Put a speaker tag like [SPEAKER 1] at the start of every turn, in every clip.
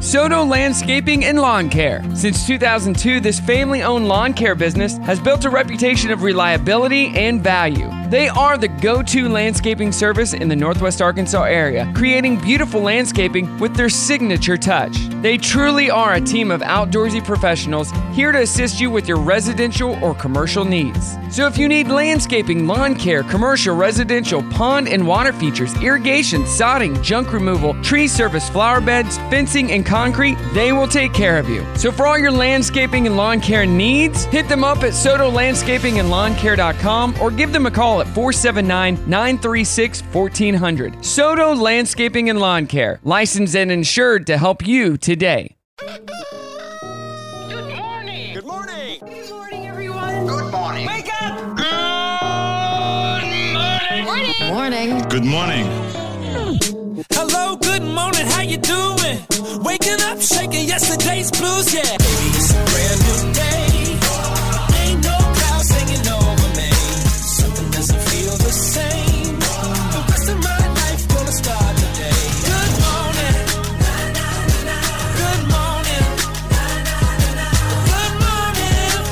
[SPEAKER 1] Soto Landscaping and Lawn Care. Since 2002, this family owned lawn care business has built a reputation of reliability and value. They are the go to landscaping service in the Northwest Arkansas area, creating beautiful landscaping with their signature touch. They truly are a team of outdoorsy professionals here to assist you with your residential or commercial needs. So if you need landscaping, lawn care, commercial, residential, pond and water features, irrigation, sodding, junk removal, tree service, flower beds, fencing, and concrete, they will take care of you. So for all your landscaping and lawn care needs, hit them up at sotolandscapingandlawncare.com or give them a call at 479-936-1400. Soto Landscaping and Lawn Care, licensed and insured to help you today.
[SPEAKER 2] Good morning. Good morning.
[SPEAKER 3] Good morning, everyone.
[SPEAKER 2] Good morning. Wake up. Good morning.
[SPEAKER 3] Morning.
[SPEAKER 4] Good morning.
[SPEAKER 5] Hello, good morning, how you doing? Waking up, shaking yesterday's blues, yeah. Baby, it's a brand new day. Ain't no clouds hanging over me. Something doesn't feel the same. The rest of my life gonna start today. Good morning. Good morning. Good morning.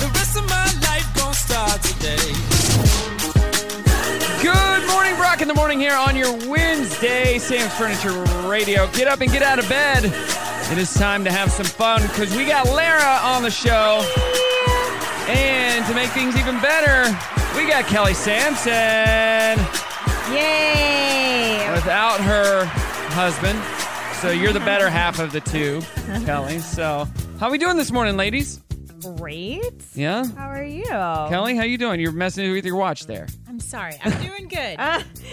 [SPEAKER 5] The rest of my life gonna start today.
[SPEAKER 1] Good morning, Brock in the morning here on your Wednesday, Sam's Furniture Radio. Get up and get out of bed. It is time to have some fun because we got Lara on the show. And to make things even better, we got Kelly Sampson
[SPEAKER 3] Yay.
[SPEAKER 1] without her husband. So you're the better half of the two, Kelly. So how we doing this morning, ladies?
[SPEAKER 3] Great.
[SPEAKER 1] Yeah?
[SPEAKER 3] How are you?
[SPEAKER 1] Kelly, how you doing? You're messing with your watch there.
[SPEAKER 6] I'm sorry. I'm doing good.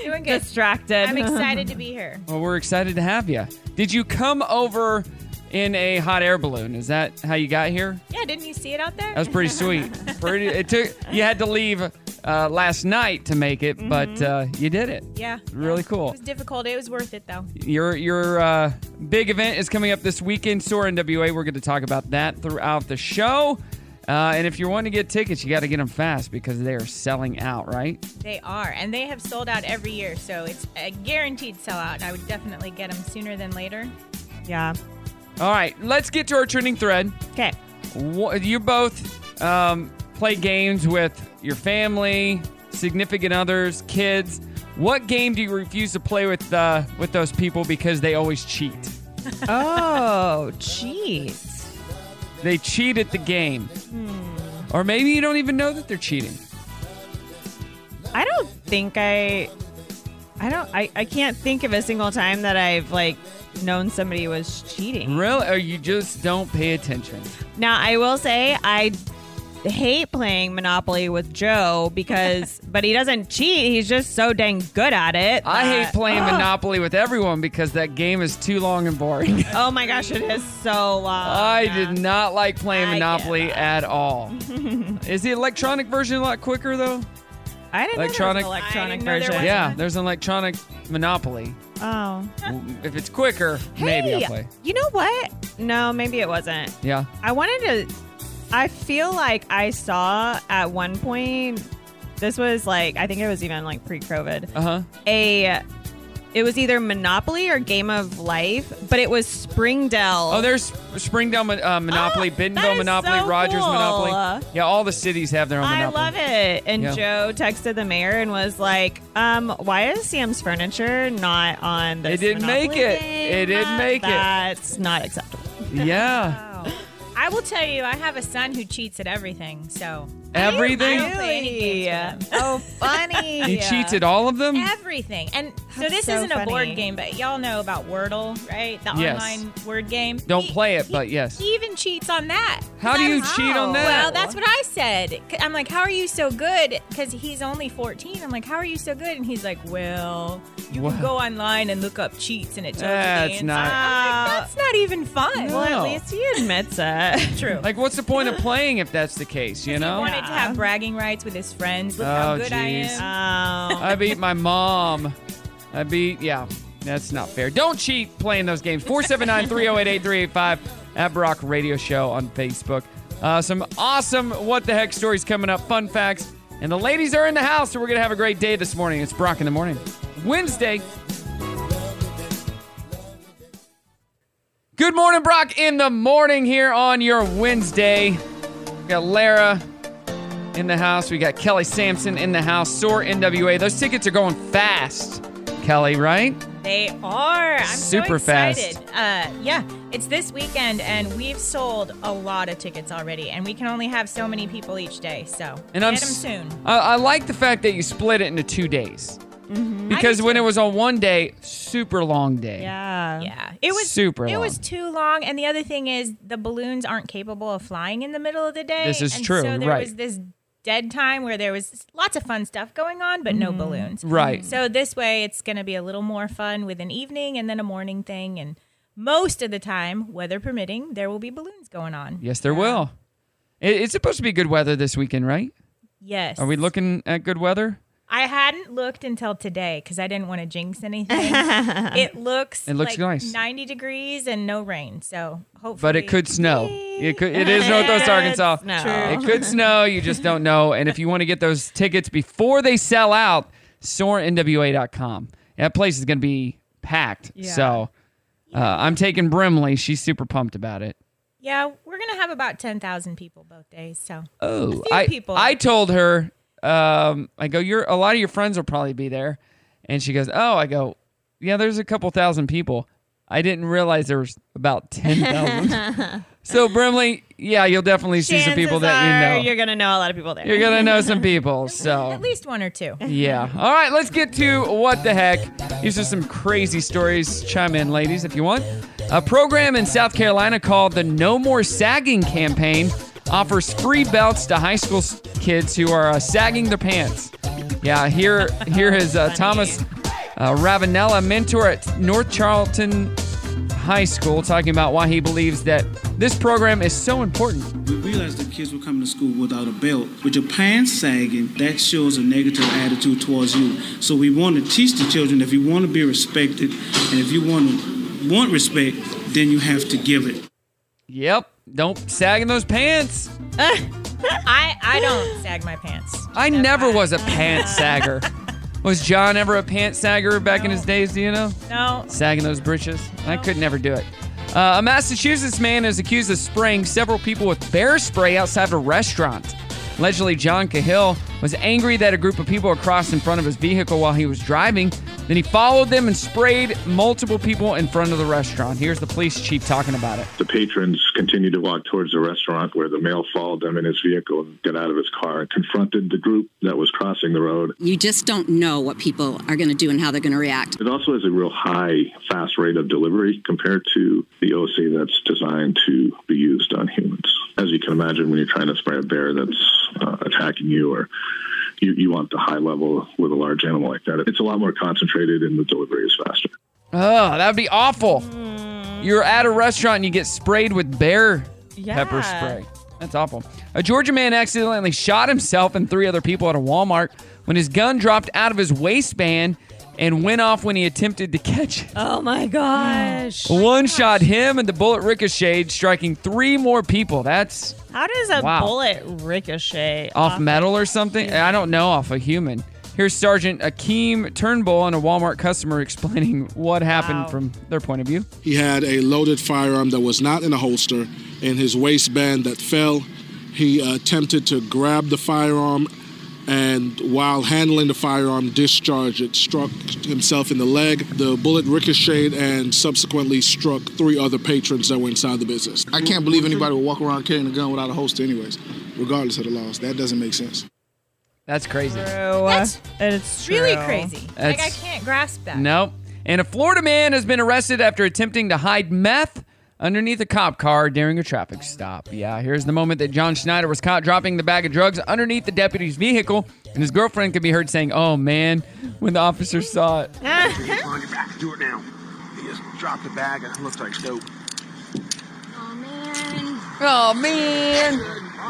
[SPEAKER 6] doing good.
[SPEAKER 3] Ah, Distracted.
[SPEAKER 6] I'm excited to be here.
[SPEAKER 1] Well, we're excited to have you. Did you come over in a hot air balloon? Is that how you got here?
[SPEAKER 6] Yeah, didn't you see it out there?
[SPEAKER 1] That was pretty sweet. pretty. It took. You had to leave uh, last night to make it, but uh, you did it.
[SPEAKER 6] yeah.
[SPEAKER 1] Really
[SPEAKER 6] It
[SPEAKER 1] cool.
[SPEAKER 6] was difficult. It was worth it though.
[SPEAKER 1] Your your uh, big event is coming up this weekend. Soar NWA. We're going to talk about that throughout the show. Uh, and if you're wanting to get tickets, you got to get them fast because they are selling out, right?
[SPEAKER 6] They are, and they have sold out every year, so it's a guaranteed sellout. And I would definitely get them sooner than later.
[SPEAKER 3] Yeah.
[SPEAKER 1] All right, let's get to our trending thread.
[SPEAKER 3] Okay.
[SPEAKER 1] Wha- you both um, play games with your family, significant others, kids. What game do you refuse to play with uh, with those people because they always cheat?
[SPEAKER 3] Oh, jeez.
[SPEAKER 1] They cheat at the game,
[SPEAKER 3] Hmm.
[SPEAKER 1] or maybe you don't even know that they're cheating.
[SPEAKER 3] I don't think I. I don't. I, I can't think of a single time that I've like known somebody was cheating.
[SPEAKER 1] Really, or you just don't pay attention.
[SPEAKER 3] Now, I will say I hate playing Monopoly with Joe because, but he doesn't cheat. He's just so dang good at it.
[SPEAKER 1] I
[SPEAKER 3] that-
[SPEAKER 1] hate playing Monopoly with everyone because that game is too long and boring.
[SPEAKER 3] Oh my gosh, it is so long.
[SPEAKER 1] I
[SPEAKER 3] Yeah.
[SPEAKER 1] did not like playing
[SPEAKER 3] I give
[SPEAKER 1] Monopoly at all. is the electronic version a lot quicker though?
[SPEAKER 3] I didn't
[SPEAKER 1] Electronic-
[SPEAKER 3] know there was an electronic
[SPEAKER 6] I didn't know there
[SPEAKER 3] version.
[SPEAKER 6] was
[SPEAKER 1] Yeah, there's an electronic Monopoly.
[SPEAKER 3] Oh.
[SPEAKER 1] if it's quicker, maybe I'll play.
[SPEAKER 3] You know what? No, maybe it wasn't.
[SPEAKER 1] Yeah.
[SPEAKER 3] I wanted to. I feel like I saw at one point. This was like I think it was even like pre-COVID.
[SPEAKER 1] Uh huh.
[SPEAKER 3] A. It was either Monopoly or Game of Life, but it was Springdale.
[SPEAKER 1] Oh, there's Springdale Mon- uh, Monopoly,
[SPEAKER 3] Oh, that
[SPEAKER 1] Bentonville
[SPEAKER 3] is
[SPEAKER 1] Monopoly,
[SPEAKER 3] so
[SPEAKER 1] Rogers
[SPEAKER 3] cool.
[SPEAKER 1] Monopoly. Yeah, all the cities have their own
[SPEAKER 3] I
[SPEAKER 1] Monopoly.
[SPEAKER 3] love it. And
[SPEAKER 1] Yeah.
[SPEAKER 3] Joe texted the mayor and was like, um, why is Sam's furniture not on this?
[SPEAKER 1] It didn't
[SPEAKER 3] Monopoly
[SPEAKER 1] make it.
[SPEAKER 3] game?
[SPEAKER 1] It didn't make it."
[SPEAKER 3] That's not acceptable.
[SPEAKER 1] Yeah.
[SPEAKER 6] Wow. I will tell you, I have a son who cheats at everything. So I don't
[SPEAKER 1] Everything.
[SPEAKER 6] play any games with
[SPEAKER 3] Oh, funny.
[SPEAKER 1] He cheats at all of them?
[SPEAKER 6] everything, and so
[SPEAKER 3] Hmm. That's
[SPEAKER 6] this
[SPEAKER 3] so
[SPEAKER 6] isn't a
[SPEAKER 3] funny.
[SPEAKER 6] board game, but y'all know about Wordle, right? The
[SPEAKER 1] Yes.
[SPEAKER 6] online word game.
[SPEAKER 1] Don't
[SPEAKER 6] He-
[SPEAKER 1] play it,
[SPEAKER 6] he-
[SPEAKER 1] but yes.
[SPEAKER 6] He even cheats on that. 'Cause
[SPEAKER 1] How do
[SPEAKER 6] I
[SPEAKER 1] you
[SPEAKER 6] was-
[SPEAKER 1] cheat on
[SPEAKER 3] Wow.
[SPEAKER 1] that?
[SPEAKER 6] Well, that's what I said. C- I'm like, how are you so good? Because he's only 14. I'm like, how are you so good? And he's like, well, you
[SPEAKER 1] Wow.
[SPEAKER 6] can go online and look up cheats, and it tells
[SPEAKER 1] That's
[SPEAKER 6] you the answer.
[SPEAKER 1] not-
[SPEAKER 6] I'm like, that's not even fun.
[SPEAKER 1] No.
[SPEAKER 3] Well, at least he admits it.
[SPEAKER 6] True.
[SPEAKER 1] Like, what's the point of playing if that's the case, you
[SPEAKER 6] he
[SPEAKER 1] know?
[SPEAKER 6] wanted to have bragging rights with his friends friends. Look how
[SPEAKER 1] Oh,
[SPEAKER 6] good I
[SPEAKER 1] jeez.
[SPEAKER 6] am.
[SPEAKER 3] Oh,
[SPEAKER 1] I beat my mom. I beat, yeah, that's not fair. Don't cheat playing those games. 479 308 8385 at Brock Radio Show on Facebook. Uh, some awesome What the Heck stories coming up, fun facts. And the ladies are in the house, so we're going to have a great day this morning. It's Brock in the morning. Wednesday. Good morning, Brock in the morning here on your Wednesday. We got Lara in the house. We got Kelly Sampson in the house. Soar NWA. Those tickets are going fast, Kelly, right?
[SPEAKER 6] They are. I'm so
[SPEAKER 1] Super
[SPEAKER 6] excited. Uh, yeah, it's this weekend, and we've sold a lot of tickets already, and we can only have so many people each day. So
[SPEAKER 1] And
[SPEAKER 6] get
[SPEAKER 1] I'm
[SPEAKER 6] them
[SPEAKER 1] s-
[SPEAKER 6] soon.
[SPEAKER 1] I, I like the fact that you split it into two days.
[SPEAKER 6] Mm-hmm.
[SPEAKER 1] Because when it was on one day, super long day.
[SPEAKER 3] yeah.
[SPEAKER 6] Yeah, it was
[SPEAKER 1] Super
[SPEAKER 6] It was
[SPEAKER 1] long.
[SPEAKER 6] too long, and the other thing is the balloons aren't capable of flying in the middle of the day.
[SPEAKER 1] This is
[SPEAKER 6] and
[SPEAKER 1] true,
[SPEAKER 6] So there
[SPEAKER 1] right.
[SPEAKER 6] was this dead time where there was lots of fun stuff going on, but no balloons.
[SPEAKER 1] Mm-hmm. Right.
[SPEAKER 6] So this way, it's going to be a little more fun with an evening and then a morning thing, and most of the time, weather permitting, there will be balloons going on.
[SPEAKER 1] Yes, there will. It, it's supposed to be good weather this weekend, right?
[SPEAKER 6] Yes.
[SPEAKER 1] Are we looking at good weather?
[SPEAKER 6] I hadn't looked until today because I didn't want to jinx anything. it looks
[SPEAKER 1] It looks
[SPEAKER 6] like
[SPEAKER 1] nice.
[SPEAKER 6] 90 degrees and no rain. So hopefully.
[SPEAKER 1] But it could snow. It, could, it is Northwest Arkansas.
[SPEAKER 3] No.
[SPEAKER 1] It could snow. You just don't know. And if you want to get those tickets before they sell out, soarnwa.com. That place is going to be packed.
[SPEAKER 3] Yeah.
[SPEAKER 1] So uh, I'm taking Brimley. She's super pumped about it.
[SPEAKER 6] Yeah, we're going to have about 10,000 people both days. So
[SPEAKER 1] Oh,
[SPEAKER 6] few
[SPEAKER 1] I,
[SPEAKER 6] people.
[SPEAKER 1] I told her, um, I go, You're, a lot of your friends will probably be there. And she goes, Oh, I go, yeah, there's a couple thousand people. I didn't realize there was about 10,000. so, Brimley, yeah, you'll definitely see some people that you know.
[SPEAKER 3] are gonna know a lot of people there.
[SPEAKER 1] You're going to know some people. So,
[SPEAKER 6] at least one or two.
[SPEAKER 1] Yeah. All right, let's get to what the heck. These are some crazy stories. Chime in, ladies, if you want. A program in South Carolina called the No More Sagging Campaign offers free belts to high school s- kids who are uh, sagging their pants. Yeah, here here is uh, Thomas uh, Ravenella, mentor at North Charlton High School, talking about why he believes that this program is so important.
[SPEAKER 4] We realized that kids were coming to school without a belt. With your pants sagging, that shows a negative attitude towards you. So we want to teach the children if you want to be respected and if you want to want respect, then you have to give it.
[SPEAKER 1] Yep, don't sag in those pants.
[SPEAKER 6] I, I don't sag my pants.
[SPEAKER 1] I never was a pants sagger. Was John ever a pants sagger back in his days? Do you know?
[SPEAKER 6] No.
[SPEAKER 1] Sagging those britches. I could never do it. Uh, a Massachusetts man is accused of spraying several people with bear spray outside of a restaurant. Allegedly, John Cahill was angry that a group of people had crossed in front of his vehicle while he was driving. Then he followed them and sprayed multiple people in front of the restaurant. Here's the police chief talking about it.
[SPEAKER 7] The patrons continued to walk towards the restaurant where the male followed them in his vehicle and got out of his car and confronted the group that was crossing the road.
[SPEAKER 8] You just don't know what people are going to do and how they're going to react.
[SPEAKER 7] It also has a real high, fast rate of delivery compared to the OC that's designed to be used on humans. As you can imagine, when you're trying to spray a bear that's uh, attacking you or you, you want the high level with a large animal like that, it's a lot more concentrated and the delivery is faster.
[SPEAKER 1] Oh, that would be awful. You're at a restaurant and you get sprayed with bear pepper
[SPEAKER 3] Mm. Yeah.
[SPEAKER 1] spray. That's awful. A Georgia man accidentally shot himself and three other people at a Walmart when his gun dropped out of his waistband and went off when he attempted to catch it.
[SPEAKER 3] Oh my gosh!
[SPEAKER 1] One shot him and the bullet ricocheted, striking three more people. That's
[SPEAKER 3] How does a
[SPEAKER 1] Wow.
[SPEAKER 3] bullet ricochet
[SPEAKER 1] off metal or something? I don't know, off a human. Here's Sergeant Akeem Turnbull and a Walmart customer explaining what happened
[SPEAKER 3] Wow.
[SPEAKER 1] from their point of view.
[SPEAKER 9] He had a loaded firearm that was not in a holster in his waistband that fell. He uh, attempted to grab the firearm and, while handling the firearm, discharged it, struck himself in the leg. The bullet ricocheted and subsequently struck three other patrons that were inside the business. I can't believe anybody would walk around carrying a gun without a holster, anyways, regardless of the laws. That doesn't make sense.
[SPEAKER 1] That's crazy.
[SPEAKER 3] True.
[SPEAKER 6] That's
[SPEAKER 3] And it's
[SPEAKER 6] Really
[SPEAKER 3] true.
[SPEAKER 6] crazy. like, I
[SPEAKER 1] That's-
[SPEAKER 6] can't grasp that.
[SPEAKER 1] Nope. And a Florida man has been arrested after attempting to hide meth underneath a cop car during a traffic stop. Yeah, here's the moment that John Schneider was caught dropping the bag of drugs underneath the deputy's vehicle, and his girlfriend could be heard saying, "Oh man," when the officer saw it.
[SPEAKER 10] On your back, do it now. He just dropped the bag and it looks like dope.
[SPEAKER 1] Oh man.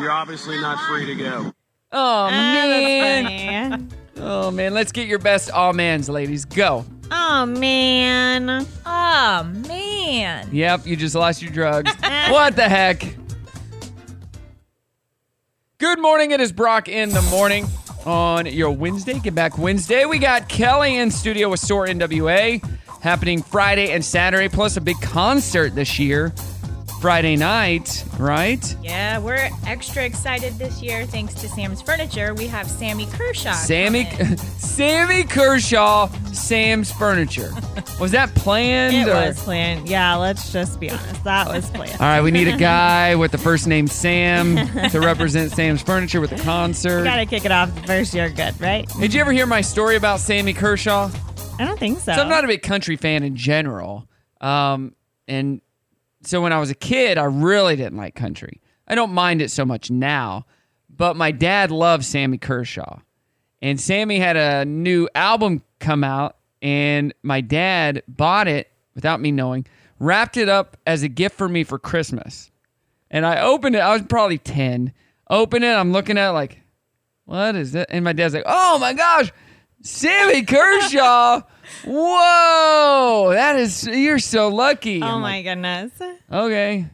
[SPEAKER 10] You're obviously not free to go.
[SPEAKER 1] Oh
[SPEAKER 6] Ah,
[SPEAKER 1] man.
[SPEAKER 3] man.
[SPEAKER 1] Oh man, let's get your best all mans, ladies. Go.
[SPEAKER 3] Oh man.
[SPEAKER 6] Oh man.
[SPEAKER 1] Yep, you just lost your drugs. what the heck? Good morning. It is Brock in the morning on your Wednesday. Get back Wednesday. We got Kelly in studio with Sore NWA happening Friday and Saturday, plus a big concert this year. Friday night, right?
[SPEAKER 6] Yeah, we're extra excited this year thanks to Sam's Furniture. We have Sammy Kershaw.
[SPEAKER 1] Sammy,
[SPEAKER 6] coming.
[SPEAKER 1] Sammy Kershaw, Sam's Furniture. Was that planned?
[SPEAKER 3] It
[SPEAKER 1] or?
[SPEAKER 3] was planned. Yeah, let's just be honest. That was planned.
[SPEAKER 1] All right, we need a guy with the first name Sam to represent Sam's Furniture with a concert.
[SPEAKER 3] Gotta kick it off the first year good, right?
[SPEAKER 1] Did you ever hear my story about Sammy Kershaw?
[SPEAKER 3] I don't think so.
[SPEAKER 1] So I'm not a big country fan in general. Um, and so when I was a kid, I really didn't like country. I don't mind it so much now, but my dad loved Sammy Kershaw. And Sammy had a new album come out, and my dad bought it without me knowing, wrapped it up as a gift for me for Christmas. And I opened it, I was probably 10. Open it, I'm looking at it like, what is that? And my dad's like, oh my gosh, Sammy Kershaw. Whoa, that is, you're so lucky.
[SPEAKER 3] oh
[SPEAKER 1] I'm
[SPEAKER 3] my goodness.
[SPEAKER 1] like, okay.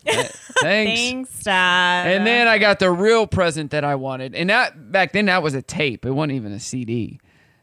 [SPEAKER 1] Thanks.
[SPEAKER 3] Thanks, Dad.
[SPEAKER 1] And then I got the real present that I wanted. And that back then that was a tape. It wasn't even a CD.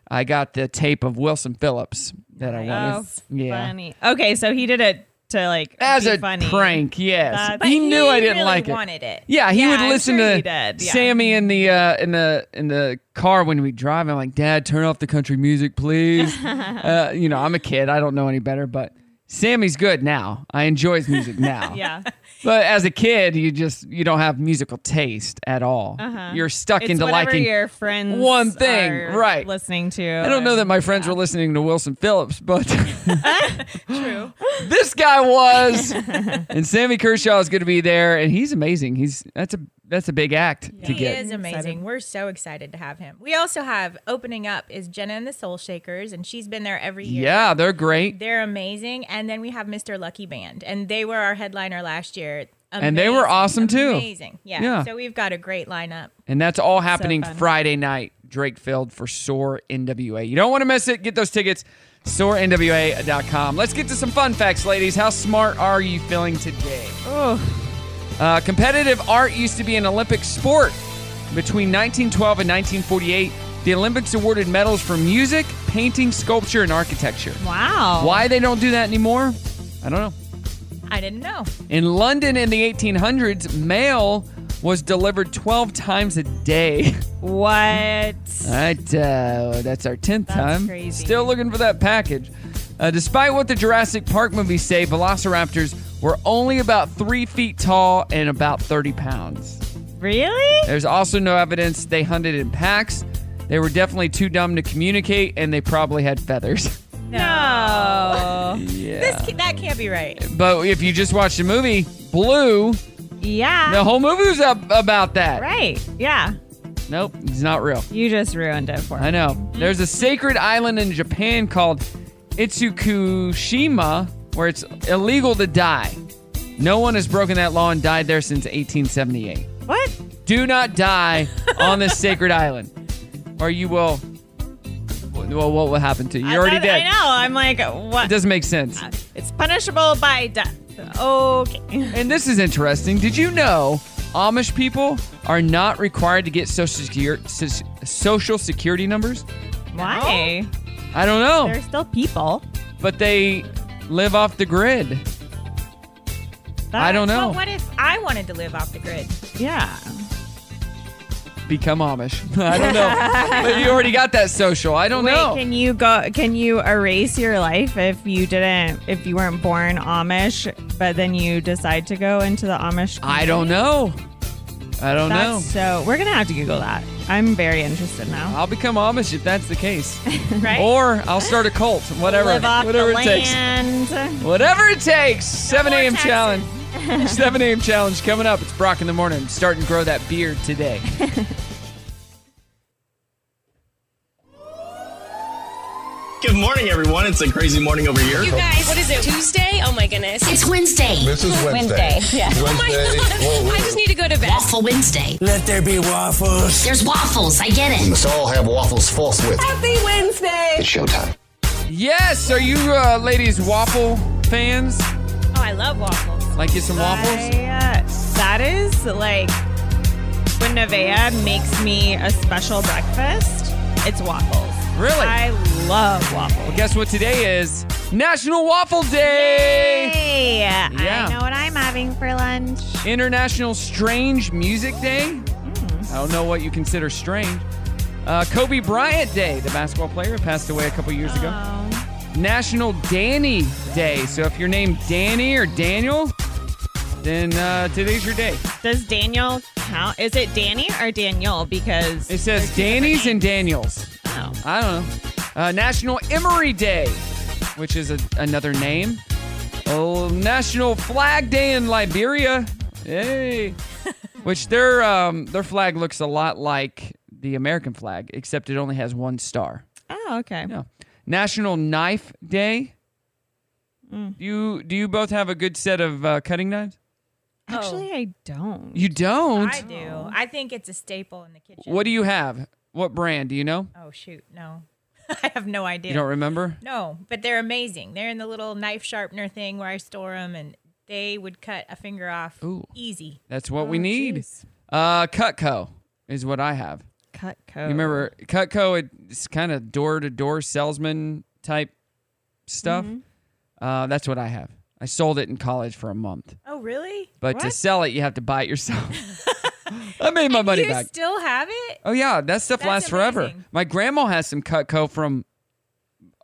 [SPEAKER 1] I got the tape of Wilson Phillips that I wanted.
[SPEAKER 3] oh,
[SPEAKER 1] yeah.
[SPEAKER 3] funny. Okay, so he did it to like
[SPEAKER 1] As
[SPEAKER 3] be
[SPEAKER 1] a
[SPEAKER 3] funny.
[SPEAKER 1] prank, yes.
[SPEAKER 3] That's-
[SPEAKER 6] Uh, But
[SPEAKER 1] he knew I didn't
[SPEAKER 6] really
[SPEAKER 1] like it.
[SPEAKER 6] wanted it.
[SPEAKER 1] Yeah, he
[SPEAKER 3] Yeah,
[SPEAKER 1] would
[SPEAKER 3] I'm
[SPEAKER 1] listen
[SPEAKER 3] sure
[SPEAKER 1] to
[SPEAKER 3] he did, yeah.
[SPEAKER 1] Sammy in the uh, in the in the car when we drive. I'm like, Dad, turn off the country music, please. uh, you know, I'm a kid. I don't know any better, but Sammy's good now. I enjoy his music now.
[SPEAKER 3] Yeah.
[SPEAKER 1] But as a kid, you just you don't have musical taste at all. You're stuck
[SPEAKER 3] It's
[SPEAKER 1] into
[SPEAKER 3] whatever
[SPEAKER 1] liking
[SPEAKER 3] your friends
[SPEAKER 1] one thing,
[SPEAKER 3] are
[SPEAKER 1] right.
[SPEAKER 3] listening to.
[SPEAKER 1] I don't know that my friends were listening to Wilson Phillips, but true. This guy was, and Sammy Kershaw is going to be there, and he's amazing. He's that's a that's a big act to
[SPEAKER 6] He
[SPEAKER 1] get.
[SPEAKER 6] is amazing. We're so excited to have him. We also have opening up is Jenna and the Soul Shakers, and she's been there every year.
[SPEAKER 1] Yeah, they're great,
[SPEAKER 6] They're amazing. And then we have Mr. Lucky Band, and they were our headliner last year.
[SPEAKER 1] And they were
[SPEAKER 6] Amazing,
[SPEAKER 1] awesome, too.
[SPEAKER 6] Amazing. Yeah.
[SPEAKER 1] Yeah.
[SPEAKER 6] So we've got a great lineup.
[SPEAKER 1] and that's all happening
[SPEAKER 3] fun.
[SPEAKER 1] Friday night. Drake Field for Soar NWA. You don't want to miss it. Get those tickets. SoarNWA.com. Let's get to some fun facts, ladies. How smart are you feeling today?
[SPEAKER 3] Oh,
[SPEAKER 1] Uh, competitive art used to be an Olympic sport. Between 1912 and 1948, the Olympics awarded medals for music, painting, sculpture, and architecture.
[SPEAKER 3] wow.
[SPEAKER 1] Why they don't do that anymore? I don't know.
[SPEAKER 6] I didn't know.
[SPEAKER 1] In London in the 1800s, mail was delivered 12 times a day.
[SPEAKER 3] What?
[SPEAKER 1] All right, uh, that's our 10th time.
[SPEAKER 3] crazy.
[SPEAKER 1] Still looking for that package. Uh, despite what the Jurassic Park movies say, velociraptors were only about three feet tall and about 30 pounds.
[SPEAKER 3] Really?
[SPEAKER 1] There's also no evidence they hunted in packs. They were definitely too dumb to communicate, and they probably had feathers.
[SPEAKER 3] No.
[SPEAKER 1] Yeah.
[SPEAKER 6] This ca- that can't be right.
[SPEAKER 1] But if you just watched the movie, Blue,
[SPEAKER 3] yeah.
[SPEAKER 1] the whole movie was up about that.
[SPEAKER 3] Right. Yeah.
[SPEAKER 1] Nope, it's not real.
[SPEAKER 3] You just ruined it for
[SPEAKER 1] I
[SPEAKER 3] me.
[SPEAKER 1] know. There's a sacred island in Japan called Itsukushima where it's illegal to die. No one has broken that law and died there since 1878.
[SPEAKER 3] What?
[SPEAKER 1] Do not die on this sacred island, or you will. Well, what will happen to you? You're already
[SPEAKER 3] I, thought-
[SPEAKER 1] dead.
[SPEAKER 3] I know. I'm like,
[SPEAKER 1] It
[SPEAKER 3] what?
[SPEAKER 1] doesn't make sense.
[SPEAKER 3] It's punishable by death. Okay.
[SPEAKER 1] And this is interesting. Did you know Amish people are not required to get social, secure, so- social security numbers?
[SPEAKER 3] Why?
[SPEAKER 1] I don't know,
[SPEAKER 3] They're still people.
[SPEAKER 1] but they live off the grid. I don't know.
[SPEAKER 6] But what if I wanted to live off the grid?
[SPEAKER 3] Yeah.
[SPEAKER 1] Become Amish. I don't know. but you already got that social. I don't
[SPEAKER 3] Wait,
[SPEAKER 1] know.
[SPEAKER 3] can you go? Can you erase your life if you didn't, if you weren't born Amish, but then you decide to go into the Amish?
[SPEAKER 1] I don't know. I don't know.
[SPEAKER 3] That's so we're gonna have to Google that. I'm very interested now.
[SPEAKER 1] I'll become Amish if that's the case.
[SPEAKER 3] Right?
[SPEAKER 1] Or I'll start a cult. Whatever.
[SPEAKER 3] Live off
[SPEAKER 1] whatever
[SPEAKER 3] the
[SPEAKER 1] it takes.
[SPEAKER 3] land.
[SPEAKER 1] Whatever it takes. 7
[SPEAKER 6] more
[SPEAKER 1] a.m.
[SPEAKER 6] taxes.
[SPEAKER 1] challenge. 7 a.m. challenge coming up. It's Brock in the morning. Starting to grow that beard today.
[SPEAKER 11] Good morning, everyone. It's a crazy morning over here.
[SPEAKER 12] You guys, what is it? Tuesday? Oh my goodness. It's Wednesday.
[SPEAKER 11] This is Wednesday. Wednesday.
[SPEAKER 12] Yeah. Oh my
[SPEAKER 11] Wednesday.
[SPEAKER 12] God.
[SPEAKER 11] Whoa, whoa.
[SPEAKER 12] I just need to go to bed. Waffle Wednesday.
[SPEAKER 11] Let there be waffles.
[SPEAKER 12] There's waffles. I get it.
[SPEAKER 11] Let's all have waffles forthwith.
[SPEAKER 12] Happy Wednesday.
[SPEAKER 11] It's showtime.
[SPEAKER 1] Yes, are you uh, ladies waffle fans?
[SPEAKER 6] Oh, I love waffles.
[SPEAKER 1] Like get some waffles?
[SPEAKER 3] I, uh, that is like when Nevea makes me a special breakfast, it's waffles.
[SPEAKER 1] Really?
[SPEAKER 3] I love waffles.
[SPEAKER 1] Well, guess what today is? National Waffle Day!
[SPEAKER 3] Hey,
[SPEAKER 1] Yeah.
[SPEAKER 3] I know what I'm having for lunch.
[SPEAKER 1] International Strange Music Day. I don't know what you consider strange. Uh, Kobe Bryant Day, the basketball player who passed away a couple years ago.
[SPEAKER 3] Uh. Um,
[SPEAKER 1] National Danny Day. So if you're named Danny or Daniel, then uh, today's your day.
[SPEAKER 3] Does Daniel count? Is it Danny or Daniel? Because
[SPEAKER 1] It says Danny's and Daniels.
[SPEAKER 3] Oh.
[SPEAKER 1] I don't know. Uh, National Emery Day, which is a, another name. Oh, National Flag Day in Liberia. Hey. which their um, their flag looks a lot like the American flag, except it only has one star.
[SPEAKER 3] oh, okay.
[SPEAKER 1] No. National Knife Day. Do you do you both have a good set of uh, cutting knives?
[SPEAKER 3] Actually, I don't.
[SPEAKER 1] You don't.
[SPEAKER 6] I
[SPEAKER 3] Oh.
[SPEAKER 6] do. I think it's a staple in the kitchen.
[SPEAKER 1] What do you have? What brand do you know?
[SPEAKER 6] Oh shoot, no. I have no idea.
[SPEAKER 1] You don't remember?
[SPEAKER 6] No, but they're amazing. They're in the little knife sharpener thing where I store them, and they would cut a finger off
[SPEAKER 1] Ooh.
[SPEAKER 6] easy.
[SPEAKER 1] That's what we need. Uh, Cutco is what I have.
[SPEAKER 3] Cutco.
[SPEAKER 1] You remember
[SPEAKER 6] Uh,
[SPEAKER 1] Cutco? It's kind of door to door salesman type stuff.
[SPEAKER 6] Mm-hmm.
[SPEAKER 1] Uh, that's what I have. I sold it in college for a month,
[SPEAKER 6] Oh really?
[SPEAKER 1] but to
[SPEAKER 6] What?
[SPEAKER 1] sell it, you have to buy it yourself. I made my money
[SPEAKER 6] you
[SPEAKER 1] back.
[SPEAKER 6] still have it?
[SPEAKER 1] Oh yeah, that stuff
[SPEAKER 6] That's
[SPEAKER 1] lasts forever.
[SPEAKER 6] amazing.
[SPEAKER 1] My grandma has some Cutco from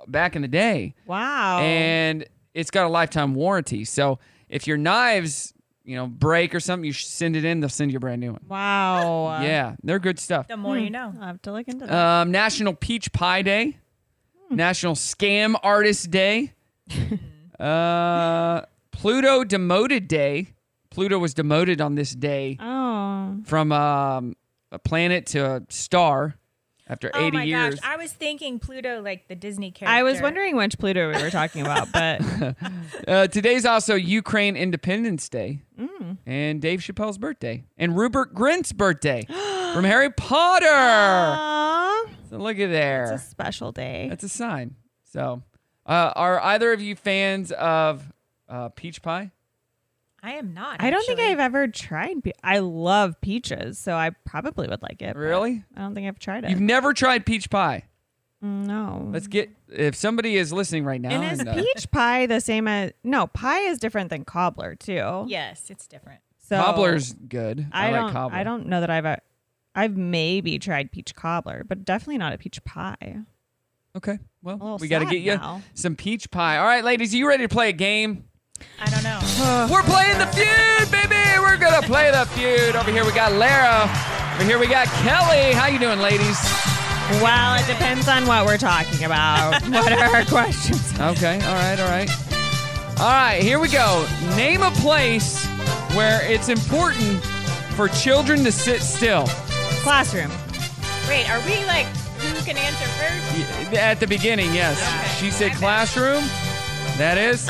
[SPEAKER 1] back in the day,
[SPEAKER 3] Wow.
[SPEAKER 6] Oh.
[SPEAKER 1] and it's got a lifetime warranty. So if your knives, you know, break or something, you sh- send it in. They'll send you a brand new one.
[SPEAKER 3] wow.
[SPEAKER 1] yeah, they're good stuff.
[SPEAKER 6] The more you know.
[SPEAKER 3] I'll have to look into that.
[SPEAKER 1] Um, National Peach Pie Day,
[SPEAKER 6] Hmm.
[SPEAKER 1] National Scam Artist Day, uh, Pluto Demoted Day. Pluto was demoted on this day
[SPEAKER 6] Uh-huh.
[SPEAKER 3] oh.
[SPEAKER 1] from um, a planet to a star after
[SPEAKER 6] Oh
[SPEAKER 1] 80
[SPEAKER 6] my
[SPEAKER 1] years.
[SPEAKER 6] gosh, I was thinking Pluto like the Disney character.
[SPEAKER 3] I was wondering which Pluto we were talking about, but
[SPEAKER 1] Uh, today's also Ukraine Independence Day
[SPEAKER 6] Hmm.
[SPEAKER 1] and Dave Chappelle's birthday and Rupert Grint's birthday from Harry Potter.
[SPEAKER 6] Ah.
[SPEAKER 3] Aw,
[SPEAKER 1] So look at there.
[SPEAKER 3] it's a special day.
[SPEAKER 1] That's a sign. So, uh, are either of you fans of uh, peach pie?
[SPEAKER 6] I am not.
[SPEAKER 3] I don't think
[SPEAKER 6] actually.
[SPEAKER 3] I've ever tried. Pe- I love peaches, so I probably would like it. but
[SPEAKER 1] Really?
[SPEAKER 3] I don't think I've tried it. Mm,
[SPEAKER 1] You've never tried peach pie?
[SPEAKER 3] no.
[SPEAKER 1] Let's get if somebody is listening right now.
[SPEAKER 3] and is
[SPEAKER 1] and, uh,
[SPEAKER 3] peach pie the same as no pie is different than cobbler too.
[SPEAKER 6] Yes, it's different.
[SPEAKER 3] So
[SPEAKER 1] cobbler's good. I,
[SPEAKER 3] I,
[SPEAKER 1] like
[SPEAKER 3] don't.
[SPEAKER 1] cobbler.
[SPEAKER 3] I don't know that I've. a- I've maybe tried peach cobbler, but definitely not a peach pie.
[SPEAKER 1] Okay. Well,
[SPEAKER 3] little
[SPEAKER 1] we got to
[SPEAKER 3] sad
[SPEAKER 1] get you
[SPEAKER 3] now.
[SPEAKER 1] some peach pie. All right, ladies, you ready to play a game?
[SPEAKER 6] I don't know.
[SPEAKER 1] We're playing the feud, baby. We're gonna play the feud. Over here we got Lara. Over here we got Kelly. How you doing, ladies?
[SPEAKER 3] Well, it depends on what we're talking about. what are our questions?
[SPEAKER 1] Okay. All right. All right. All right. Here we go. Name a place where it's important for children to sit still.
[SPEAKER 3] Classroom.
[SPEAKER 6] Wait, are we like who can answer first?
[SPEAKER 1] Y- At the beginning, yes. She said classroom. That is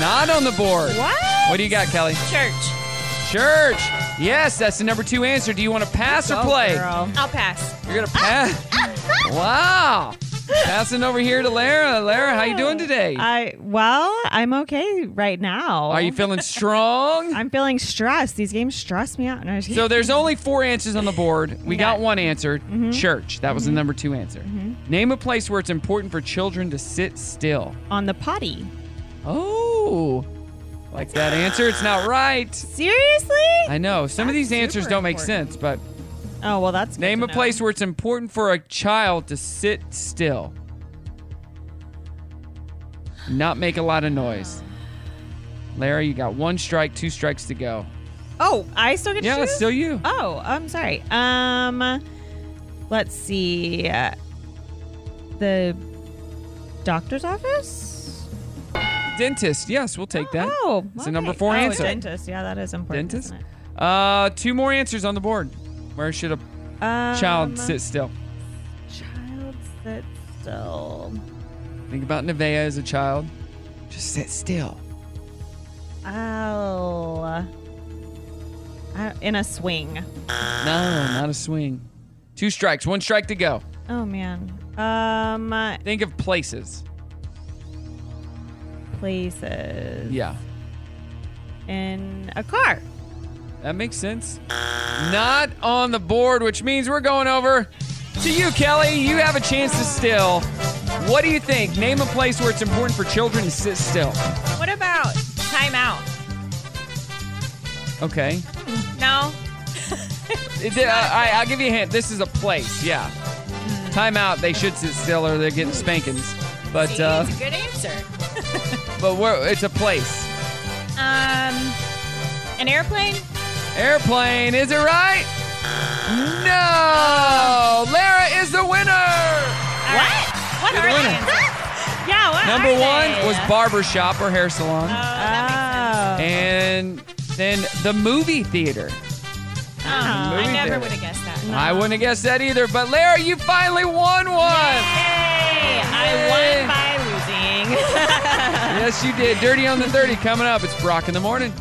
[SPEAKER 1] not on the board.
[SPEAKER 3] What?
[SPEAKER 1] What do you got, Kelly?
[SPEAKER 6] Church.
[SPEAKER 1] Church. Yes, that's the number two answer. Do you want to pass or
[SPEAKER 3] Go,
[SPEAKER 1] play?
[SPEAKER 3] Oh, girl.
[SPEAKER 6] I'll pass.
[SPEAKER 1] You're gonna pass. wow. Passing over here to Lara. Lara, how you doing today?
[SPEAKER 3] I well, I'm okay right now.
[SPEAKER 1] Are you feeling strong?
[SPEAKER 3] I'm feeling stressed. These games stress me out. No, I'm just
[SPEAKER 1] So
[SPEAKER 3] kidding.
[SPEAKER 1] there's only four answers on the board. We got one answer.
[SPEAKER 3] Mm-hmm.
[SPEAKER 1] Church. That was the number two answer. Name a place where it's important for children to sit still.
[SPEAKER 3] on the potty.
[SPEAKER 1] Oh, like that answer. It's not right.
[SPEAKER 3] Seriously?
[SPEAKER 1] I know. Some of these answers
[SPEAKER 3] super
[SPEAKER 1] don't make
[SPEAKER 3] important.
[SPEAKER 1] sense, but
[SPEAKER 3] Oh well, that's good
[SPEAKER 1] name
[SPEAKER 3] to
[SPEAKER 1] a
[SPEAKER 3] know.
[SPEAKER 1] place where it's important for a child to sit still. Not make a lot of
[SPEAKER 3] Ah.
[SPEAKER 1] noise. Larry, you got one strike, two strikes to go.
[SPEAKER 3] Oh, I still get to
[SPEAKER 1] Yeah,
[SPEAKER 3] choose.
[SPEAKER 1] it's still you.
[SPEAKER 3] Oh, I'm sorry. Um, let's see. Uh, the doctor's office.
[SPEAKER 1] Dentist. Yes, we'll take that.
[SPEAKER 3] Ah. Oh,
[SPEAKER 1] it's
[SPEAKER 3] okay.
[SPEAKER 1] a number four
[SPEAKER 3] Oh,
[SPEAKER 1] answer.
[SPEAKER 3] Dentist. Yeah, that is important.
[SPEAKER 1] Dentist?
[SPEAKER 3] isn't it?
[SPEAKER 1] Uh, two more answers on the board. Where should a
[SPEAKER 3] Um,
[SPEAKER 1] child sit still?
[SPEAKER 3] Child sit still.
[SPEAKER 1] Think about Nevaeh as a child. Just sit still.
[SPEAKER 3] Ow. I- in a swing.
[SPEAKER 1] No, not a swing. Two strikes, one strike to go.
[SPEAKER 3] Oh man. Um. uh,
[SPEAKER 1] Think of places.
[SPEAKER 3] Places.
[SPEAKER 1] Yeah.
[SPEAKER 3] In a car.
[SPEAKER 1] That makes sense. Not on the board, which means we're going over to you, Kelly. You have a chance to still. What do you think? Name a place where it's important for children to sit still.
[SPEAKER 6] What about timeout?
[SPEAKER 1] Okay.
[SPEAKER 6] No.
[SPEAKER 1] It's, uh, I, I'll give you a hint. This is a place. Yeah. Timeout. They should sit still, or they're getting spankings. But
[SPEAKER 6] See,
[SPEAKER 1] uh,
[SPEAKER 6] it's a good answer.
[SPEAKER 1] but we're, it's a place.
[SPEAKER 6] Um, an airplane.
[SPEAKER 1] Airplane. Is it right? No. Lara is the winner.
[SPEAKER 6] What? What
[SPEAKER 1] You're the
[SPEAKER 6] are
[SPEAKER 1] winner.
[SPEAKER 6] they? yeah. What
[SPEAKER 1] Number
[SPEAKER 6] are
[SPEAKER 1] one
[SPEAKER 6] they?
[SPEAKER 1] was barber shop or hair salon.
[SPEAKER 6] Oh.
[SPEAKER 1] and then the movie theater.
[SPEAKER 6] Oh, I
[SPEAKER 1] movie
[SPEAKER 6] never
[SPEAKER 1] theater.
[SPEAKER 6] would have guessed that.
[SPEAKER 1] I wouldn't have guessed that either. But Lara, you finally won one.
[SPEAKER 6] Hey, I won by losing.
[SPEAKER 1] yes, you did. Dirty on the 30 coming up. It's Brock in the morning.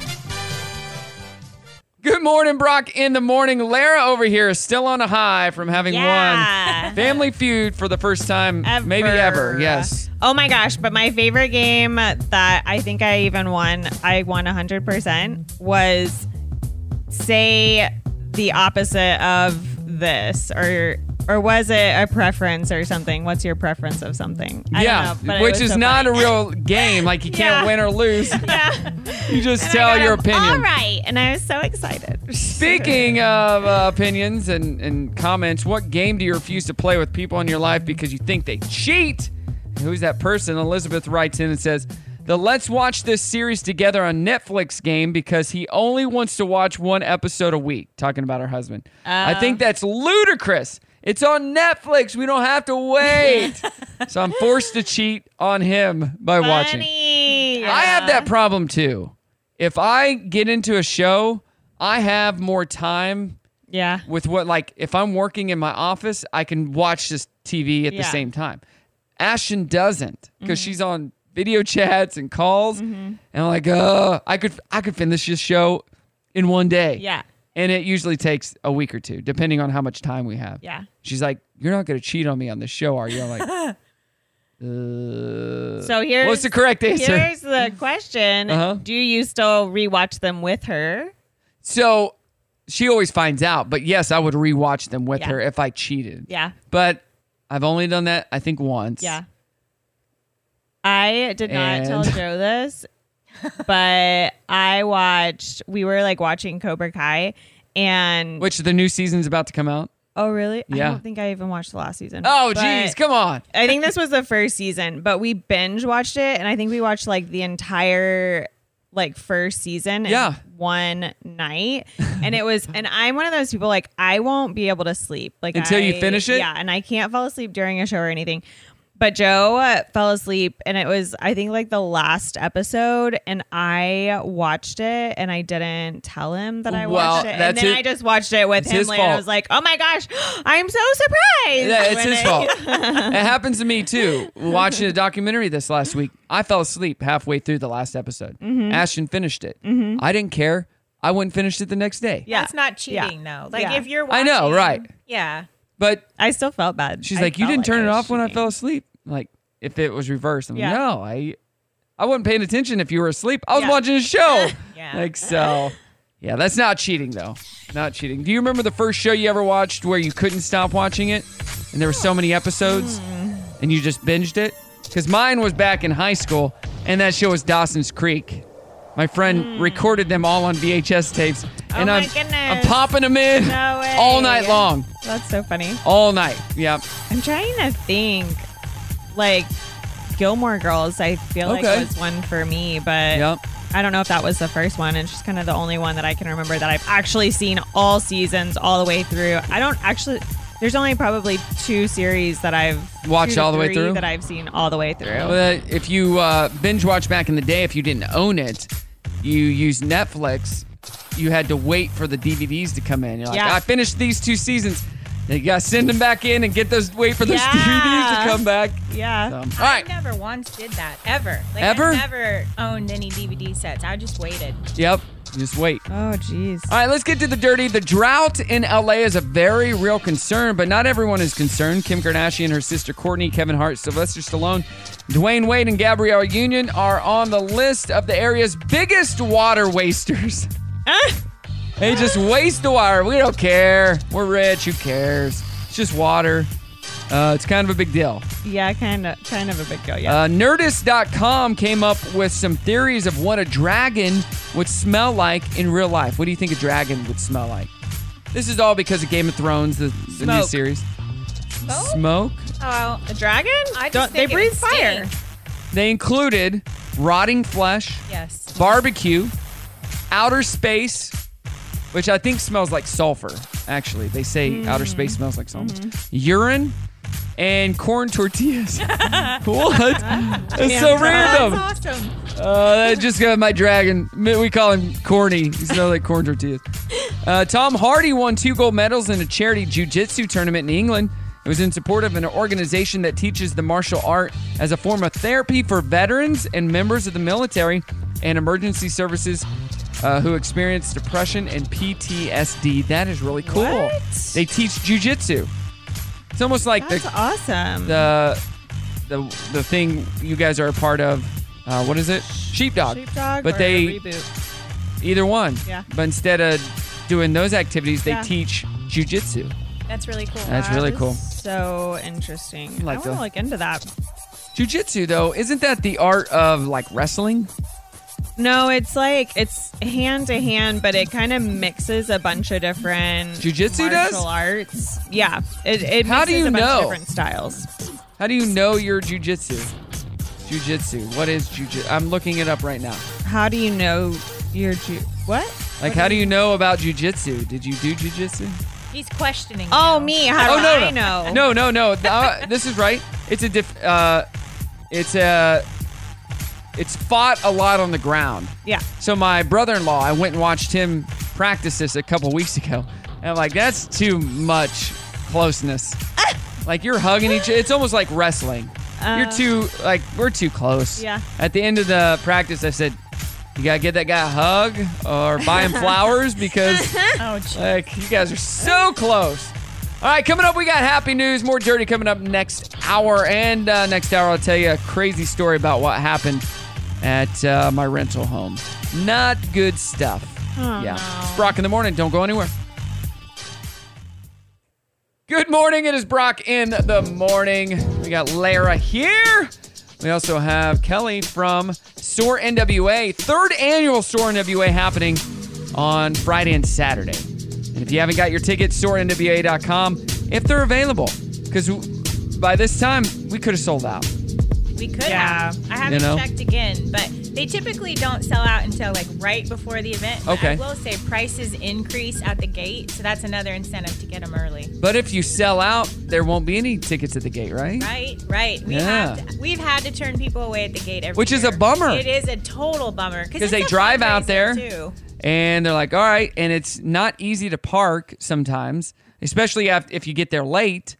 [SPEAKER 1] Good morning, Brock in the morning. Lara over here is still on a high from having
[SPEAKER 3] Yeah.
[SPEAKER 1] won Family Feud for the first time, maybe ever. Yes.
[SPEAKER 3] Oh my gosh, but my favorite game that I think I even won, I won 100%, was say the opposite of this or or was it a preference or something? What's your preference of something? I don't
[SPEAKER 1] yeah,
[SPEAKER 3] know, but it
[SPEAKER 1] which
[SPEAKER 3] was
[SPEAKER 1] is
[SPEAKER 3] so
[SPEAKER 1] not
[SPEAKER 3] funny.
[SPEAKER 1] a real game. Like you
[SPEAKER 3] Yeah.
[SPEAKER 1] can't win or lose. You just tell your opinion.
[SPEAKER 3] All right, and I was so excited.
[SPEAKER 1] Speaking of uh, opinions and, and comments, what game do you refuse to play with people in your life because you think they cheat? And who's that person? Elizabeth writes in and says, The Let's Watch This Series Together on Netflix game because he only wants to watch one episode a week. Talking about her husband. I think that's ludicrous. It's on Netflix. We don't have to wait. so I'm forced to cheat on him by watching. I have that problem too. If I get into a show, I have more time
[SPEAKER 3] Yeah.
[SPEAKER 1] with what like if I'm working in my office, I can watch this TV at
[SPEAKER 3] Yeah. Mm-hmm.
[SPEAKER 1] the same time. Ashton doesn't because she's on video chats and calls, and I'm like, uh, I could I could finish this show in one day.
[SPEAKER 3] Yeah.
[SPEAKER 1] And it usually takes a week or two, depending on how much time we have.
[SPEAKER 3] Yeah.
[SPEAKER 1] She's like, "You're not gonna cheat on me on this show, are you?" I'm like, uh,
[SPEAKER 3] So here's
[SPEAKER 1] what's the correct answer?
[SPEAKER 3] Here's the question:
[SPEAKER 1] Uh-huh.
[SPEAKER 3] Do you still rewatch them with her?
[SPEAKER 1] So she always finds out, but yes, I would rewatch them with
[SPEAKER 3] Yeah.
[SPEAKER 1] her if I cheated.
[SPEAKER 3] Yeah.
[SPEAKER 1] But I've only done that I think once.
[SPEAKER 3] Yeah. I did not tell
[SPEAKER 1] And-
[SPEAKER 3] Joe this, but I watched. We were like watching Cobra Kai, and
[SPEAKER 1] Which the new season's about to come out.
[SPEAKER 3] oh really? I
[SPEAKER 1] Yeah.
[SPEAKER 3] don't think I even watched the last season.
[SPEAKER 1] Oh
[SPEAKER 3] But
[SPEAKER 1] jeez, come on.
[SPEAKER 3] I think this was the first season, but we binge watched it, and I think we watched like the entire like first season in
[SPEAKER 1] Yeah.
[SPEAKER 3] one night and it was and i'm one of those people like i won't be able to sleep like
[SPEAKER 1] Until you
[SPEAKER 3] I-
[SPEAKER 1] finish it?
[SPEAKER 3] yeah and i can't fall asleep during a show or anything but joe uh, fell asleep and it was i think like the last episode and i watched it and i didn't tell him that i
[SPEAKER 1] Well,
[SPEAKER 3] watched it and
[SPEAKER 1] that's
[SPEAKER 3] then
[SPEAKER 1] it.
[SPEAKER 3] i just watched it with
[SPEAKER 1] It's
[SPEAKER 3] him
[SPEAKER 1] his
[SPEAKER 3] later and i
[SPEAKER 1] fault.
[SPEAKER 3] was like oh my gosh i'm so surprised
[SPEAKER 1] Yeah, it's
[SPEAKER 3] when
[SPEAKER 1] his
[SPEAKER 3] I-
[SPEAKER 1] fault. it happens to me too. Watching a documentary this last week, I fell asleep halfway through the last episode.
[SPEAKER 3] Mm-hmm.
[SPEAKER 6] Mhm.
[SPEAKER 1] Ashton finished it. I didn't care. I went and finished it the next day.
[SPEAKER 6] Yeah. That's not cheating though. Like if you're
[SPEAKER 1] I
[SPEAKER 6] watching,
[SPEAKER 1] know, right.
[SPEAKER 6] Yeah.
[SPEAKER 1] But
[SPEAKER 3] I still felt bad.
[SPEAKER 1] She's
[SPEAKER 3] I
[SPEAKER 1] like, you
[SPEAKER 3] felt
[SPEAKER 1] didn't
[SPEAKER 3] like
[SPEAKER 1] turn
[SPEAKER 3] I
[SPEAKER 1] it
[SPEAKER 3] was
[SPEAKER 1] off when I fell asleep. Like, if it was reversed, I'm like,
[SPEAKER 3] Yeah.
[SPEAKER 1] no, I, I wasn't paying attention. If you were asleep, I was
[SPEAKER 3] Yeah.
[SPEAKER 1] watching a show.
[SPEAKER 3] Yeah.
[SPEAKER 1] Like so, yeah, that's not cheating though. Not cheating. Do you remember the first show you ever watched where you couldn't stop watching it, and there were so many episodes,
[SPEAKER 3] Hmm.
[SPEAKER 1] and you just binged it? Because mine was back in high school, and that show was Dawson's Creek. My friend recorded them all on VHS tapes, and
[SPEAKER 3] Hmm. Oh my
[SPEAKER 1] I'm I'm
[SPEAKER 3] goodness.
[SPEAKER 1] popping them in
[SPEAKER 3] No way.
[SPEAKER 1] all night long,
[SPEAKER 3] That's so funny.
[SPEAKER 1] all night. Yep.
[SPEAKER 3] I'm trying to think, like Gilmore Girls. I feel
[SPEAKER 1] Okay.
[SPEAKER 3] like was one for me, but I don't know if that was the first one. It's just kind of the only one that I can remember that I've actually seen all seasons all the way through. I don't actually. There's only probably two series that I've
[SPEAKER 1] Watched
[SPEAKER 3] two to
[SPEAKER 1] all the way
[SPEAKER 3] three
[SPEAKER 1] through?
[SPEAKER 3] that I've seen all the way through.
[SPEAKER 1] Well, if you uh, binge watch back in the day, if you didn't own it, you used Netflix. You had to wait for the DVDs to come in. You're like,
[SPEAKER 3] Yeah.
[SPEAKER 1] I finished these two seasons. You gotta send them back in and get those. Wait for those DVDs to come back.
[SPEAKER 3] Yeah.
[SPEAKER 1] So, all
[SPEAKER 6] I
[SPEAKER 1] right.
[SPEAKER 6] never once did that ever. Like
[SPEAKER 1] Ever?
[SPEAKER 6] I never owned any DVD sets. I just waited.
[SPEAKER 1] Yep. Just wait.
[SPEAKER 3] Oh, jeez.
[SPEAKER 1] All right, let's get to the dirty. The drought in LA is a very real concern, but not everyone is concerned. Kim Kardashian, her sister Courtney, Kevin Hart, Sylvester Stallone, Dwayne Wade, and Gabrielle Union are on the list of the area's biggest water wasters. they just waste the water. We don't care. We're rich. Who cares? It's just water. Uh, it's kind of a big deal.
[SPEAKER 3] Yeah, kind of, kind of a big deal. Yeah.
[SPEAKER 1] Uh, Nerdist.com came up with some theories of what a dragon would smell like in real life. What do you think a dragon would smell like? This is all because of Game of Thrones, the, the new
[SPEAKER 3] Smoke.
[SPEAKER 1] series.
[SPEAKER 6] Smoke?
[SPEAKER 1] Smoke.
[SPEAKER 6] Oh, a dragon? I just
[SPEAKER 3] Don't- they
[SPEAKER 6] think it would
[SPEAKER 3] breathe fire.
[SPEAKER 6] stink.
[SPEAKER 1] They included rotting flesh,
[SPEAKER 6] Yes.
[SPEAKER 1] barbecue, outer space, which I think smells like sulfur. Actually, they say outer
[SPEAKER 6] Mm.
[SPEAKER 1] space smells like sulfur.
[SPEAKER 6] Mm-hmm.
[SPEAKER 1] Urine and corn tortillas. what? That's so
[SPEAKER 6] Damn,
[SPEAKER 1] random.
[SPEAKER 6] Oh, That's awesome.
[SPEAKER 1] Uh, that's just got my dragon. We call him Corny. He smells like corn tortillas. Uh, Tom Hardy won two gold medals in a charity jiu-jitsu tournament in England. It was in support of an organization that teaches the martial art as a form of therapy for veterans and members of the military and emergency services uh, who experience depression and PTSD. That is really cool.
[SPEAKER 3] What?
[SPEAKER 1] They teach jiu-jitsu. It's almost like
[SPEAKER 3] That's
[SPEAKER 1] the
[SPEAKER 3] awesome.
[SPEAKER 1] the the the thing you guys are a part of. Uh, what is it? Sheepdog.
[SPEAKER 3] Sheepdog
[SPEAKER 1] But
[SPEAKER 3] or
[SPEAKER 1] they
[SPEAKER 3] reboot.
[SPEAKER 1] either one.
[SPEAKER 3] Yeah.
[SPEAKER 1] But instead of doing those activities, they
[SPEAKER 3] Yeah.
[SPEAKER 1] teach jujitsu.
[SPEAKER 6] That's really cool.
[SPEAKER 1] That's really
[SPEAKER 3] That
[SPEAKER 1] cool.
[SPEAKER 3] is So
[SPEAKER 1] Like
[SPEAKER 3] interesting. I want
[SPEAKER 1] the-
[SPEAKER 3] to look into that.
[SPEAKER 1] Jujitsu though, isn't that the art of like wrestling?
[SPEAKER 3] No, it's like it's hand to hand, but it kind of mixes a bunch of different
[SPEAKER 1] Jiu-jitsu
[SPEAKER 3] martial
[SPEAKER 1] does?
[SPEAKER 3] arts. Yeah, it, it
[SPEAKER 1] How do
[SPEAKER 3] mixes
[SPEAKER 1] you
[SPEAKER 3] a bunch
[SPEAKER 1] know?
[SPEAKER 3] of different styles.
[SPEAKER 1] How do you know your jujitsu? Jujitsu. What is jujitsu? I'm looking it up right now.
[SPEAKER 3] How do you know your ju- what?
[SPEAKER 1] Like,
[SPEAKER 3] What
[SPEAKER 1] how do you know about jujitsu? Did you do jujitsu?
[SPEAKER 6] He's questioning.
[SPEAKER 3] Oh
[SPEAKER 6] now.
[SPEAKER 3] me, how do
[SPEAKER 1] no,
[SPEAKER 3] I
[SPEAKER 1] no. No,
[SPEAKER 3] know?
[SPEAKER 1] no, no. Th- uh, this is right. It's a diff. Uh, it's a. It's fought a lot on the ground.
[SPEAKER 3] Yeah.
[SPEAKER 1] So my brother-in-law, I went and watched him practice this a couple weeks ago, and I'm like, that's too much closeness. like you're hugging each. It's almost like wrestling. you're
[SPEAKER 3] Uh,
[SPEAKER 1] too like we're too close.
[SPEAKER 3] Yeah.
[SPEAKER 1] At the end of the practice, I said, you gotta get that guy a hug or buy him flowers because.
[SPEAKER 6] Oh, gee.
[SPEAKER 1] Like, you guys are so close. All right, coming up, we got happy news, more dirty coming up next hour. And uh, next hour, I'll tell you a crazy story about what happened at uh, my rental home. Not good stuff.
[SPEAKER 3] Oh,
[SPEAKER 1] yeah.
[SPEAKER 3] no.
[SPEAKER 1] It's Brock in the morning. Don't go anywhere. Good morning. It is Brock in the morning. We got Lara here. We also have Kelly from SOAR NWA. Third annual SOAR NWA happening on Friday and Saturday. And if you haven't got your tickets, SOARNWA.com if they're available. Because by this time, we could have sold out.
[SPEAKER 6] We could
[SPEAKER 3] Yeah.
[SPEAKER 6] have. I haven't
[SPEAKER 1] You know?
[SPEAKER 6] checked again, but they typically don't sell out until like right before the event. But
[SPEAKER 1] Okay.
[SPEAKER 6] I will say prices increase at the gate, so that's another incentive to get them early.
[SPEAKER 1] But if you sell out, there won't be any tickets at the gate, right?
[SPEAKER 6] Right, right. We
[SPEAKER 1] Yeah.
[SPEAKER 6] have to, we've had to turn people away at the gate every
[SPEAKER 1] Which is a
[SPEAKER 6] year.
[SPEAKER 1] bummer.
[SPEAKER 6] It is a total bummer
[SPEAKER 1] Because
[SPEAKER 6] because
[SPEAKER 1] they drive out there. and they're like, all right, and it's not easy to park sometimes, especially if, if you get there late.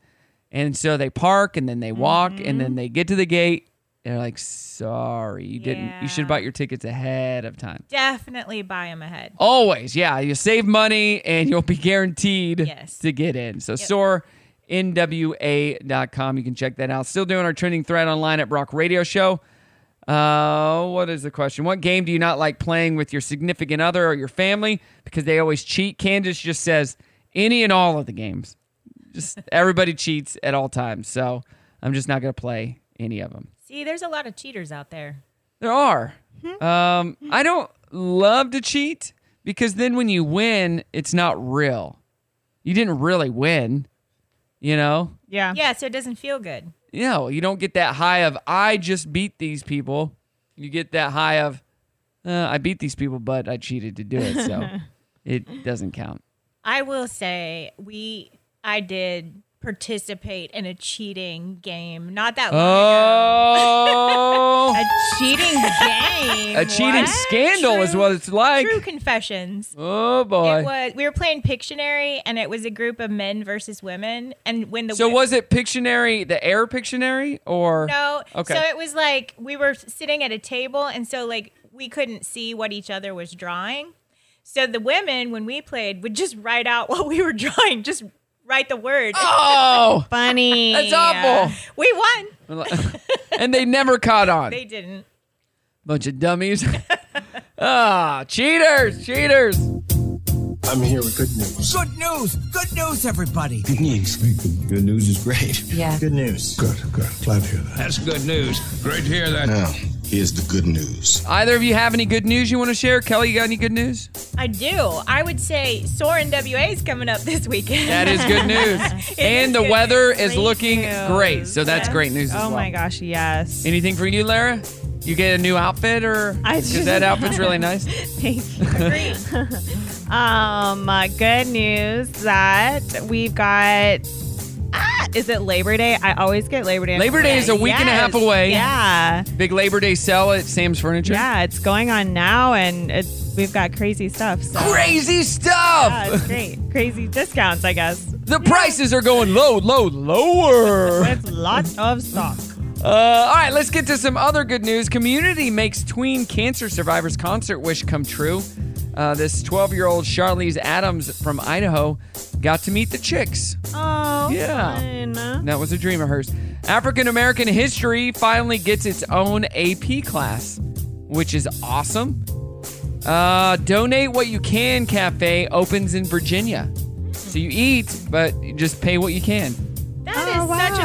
[SPEAKER 1] And so they park and then they walk and then they get to the gate. And they're like, sorry, you didn't. You should have
[SPEAKER 6] Yeah.
[SPEAKER 1] bought your tickets ahead of time.
[SPEAKER 6] Definitely buy them ahead.
[SPEAKER 1] Always, yeah. You save money and you'll be guaranteed
[SPEAKER 6] Yes.
[SPEAKER 1] to get in. So soar nwa.com. You can check that out. Still doing our trending thread online at Brock Radio Show. Uh, what is the question? What game do you not like playing with your significant other or your family because they always cheat? Candace just says any and all of the games. Just everybody cheats at all times. So I'm just not going to play any of them.
[SPEAKER 6] See, there's a lot of cheaters out there.
[SPEAKER 1] There are.
[SPEAKER 6] Hmm?
[SPEAKER 1] Um, I don't love to cheat because then when you win, it's not real. You didn't really win, you know?
[SPEAKER 3] Yeah.
[SPEAKER 6] Yeah, so it doesn't feel good.
[SPEAKER 1] You know, you don't get that high of, I just beat these people. You get that high of, uh, I beat these people, but I cheated to do it. So it doesn't count.
[SPEAKER 6] I will say we I did participate in a cheating game not that long
[SPEAKER 1] Oh.
[SPEAKER 6] ago. a cheating game.
[SPEAKER 1] A cheating
[SPEAKER 6] What?
[SPEAKER 1] scandal is what it's like.
[SPEAKER 6] True confessions.
[SPEAKER 1] Oh boy.
[SPEAKER 6] It was we were playing Pictionary and it was a group of men versus women and when the
[SPEAKER 1] so
[SPEAKER 6] wo-
[SPEAKER 1] was it Pictionary, the air Pictionary, or
[SPEAKER 6] no
[SPEAKER 1] Okay.
[SPEAKER 6] so it was like we were sitting at a table and so like we couldn't see what each other was drawing so the women when we played would just write out what we were drawing just write the word
[SPEAKER 1] Oh.
[SPEAKER 3] funny
[SPEAKER 1] That's awful.
[SPEAKER 6] we won
[SPEAKER 1] and they never caught on.
[SPEAKER 6] they didn't
[SPEAKER 1] Bunch of dummies. ah, cheaters, cheaters.
[SPEAKER 11] I'm here with good news.
[SPEAKER 5] Good news! Good news, everybody!
[SPEAKER 11] Good news. Good news is great.
[SPEAKER 5] Yeah.
[SPEAKER 11] Good news. Good, good. Glad to hear that. That's good news. Great to hear that. Now, here's the good news.
[SPEAKER 1] Either of you have any good news you want to share? Kelly, you got any good news?
[SPEAKER 6] I do. I would say Soren WA is coming up this weekend.
[SPEAKER 1] That is good news. and the weather is looking great. So that's great news as
[SPEAKER 3] Oh
[SPEAKER 1] well.
[SPEAKER 3] my gosh, yes.
[SPEAKER 1] Anything for you, Lara? You get a new outfit or
[SPEAKER 3] I
[SPEAKER 1] because
[SPEAKER 3] just-
[SPEAKER 1] that outfit's really nice.
[SPEAKER 3] Thank you. um, uh, good news that we've got. Ah, is it Labor Day? I always get Labor Day.
[SPEAKER 1] Labor Day is a week and a half
[SPEAKER 3] Yes,
[SPEAKER 1] away.
[SPEAKER 3] Yeah.
[SPEAKER 1] Big Labor Day sale at Sam's Furniture.
[SPEAKER 3] Yeah, it's going on now, and it's, we've got crazy stuff. So.
[SPEAKER 1] Crazy stuff!
[SPEAKER 3] Yeah, it's great. crazy discounts, I guess.
[SPEAKER 1] The prices are going low, low, lower.
[SPEAKER 3] With lots of stock.
[SPEAKER 1] Uh, all right, let's get to some other good news. Community makes tween cancer survivors' concert wish come true. Uh, this 12 year old Charlize Adams from Idaho got to meet the chicks.
[SPEAKER 3] Oh,
[SPEAKER 1] Yeah. That was a dream of hers. African American history finally gets its own AP class, which is awesome. Uh, Donate What You Can Cafe opens in Virginia. So you eat, but you just pay what you can.
[SPEAKER 6] That is such a cool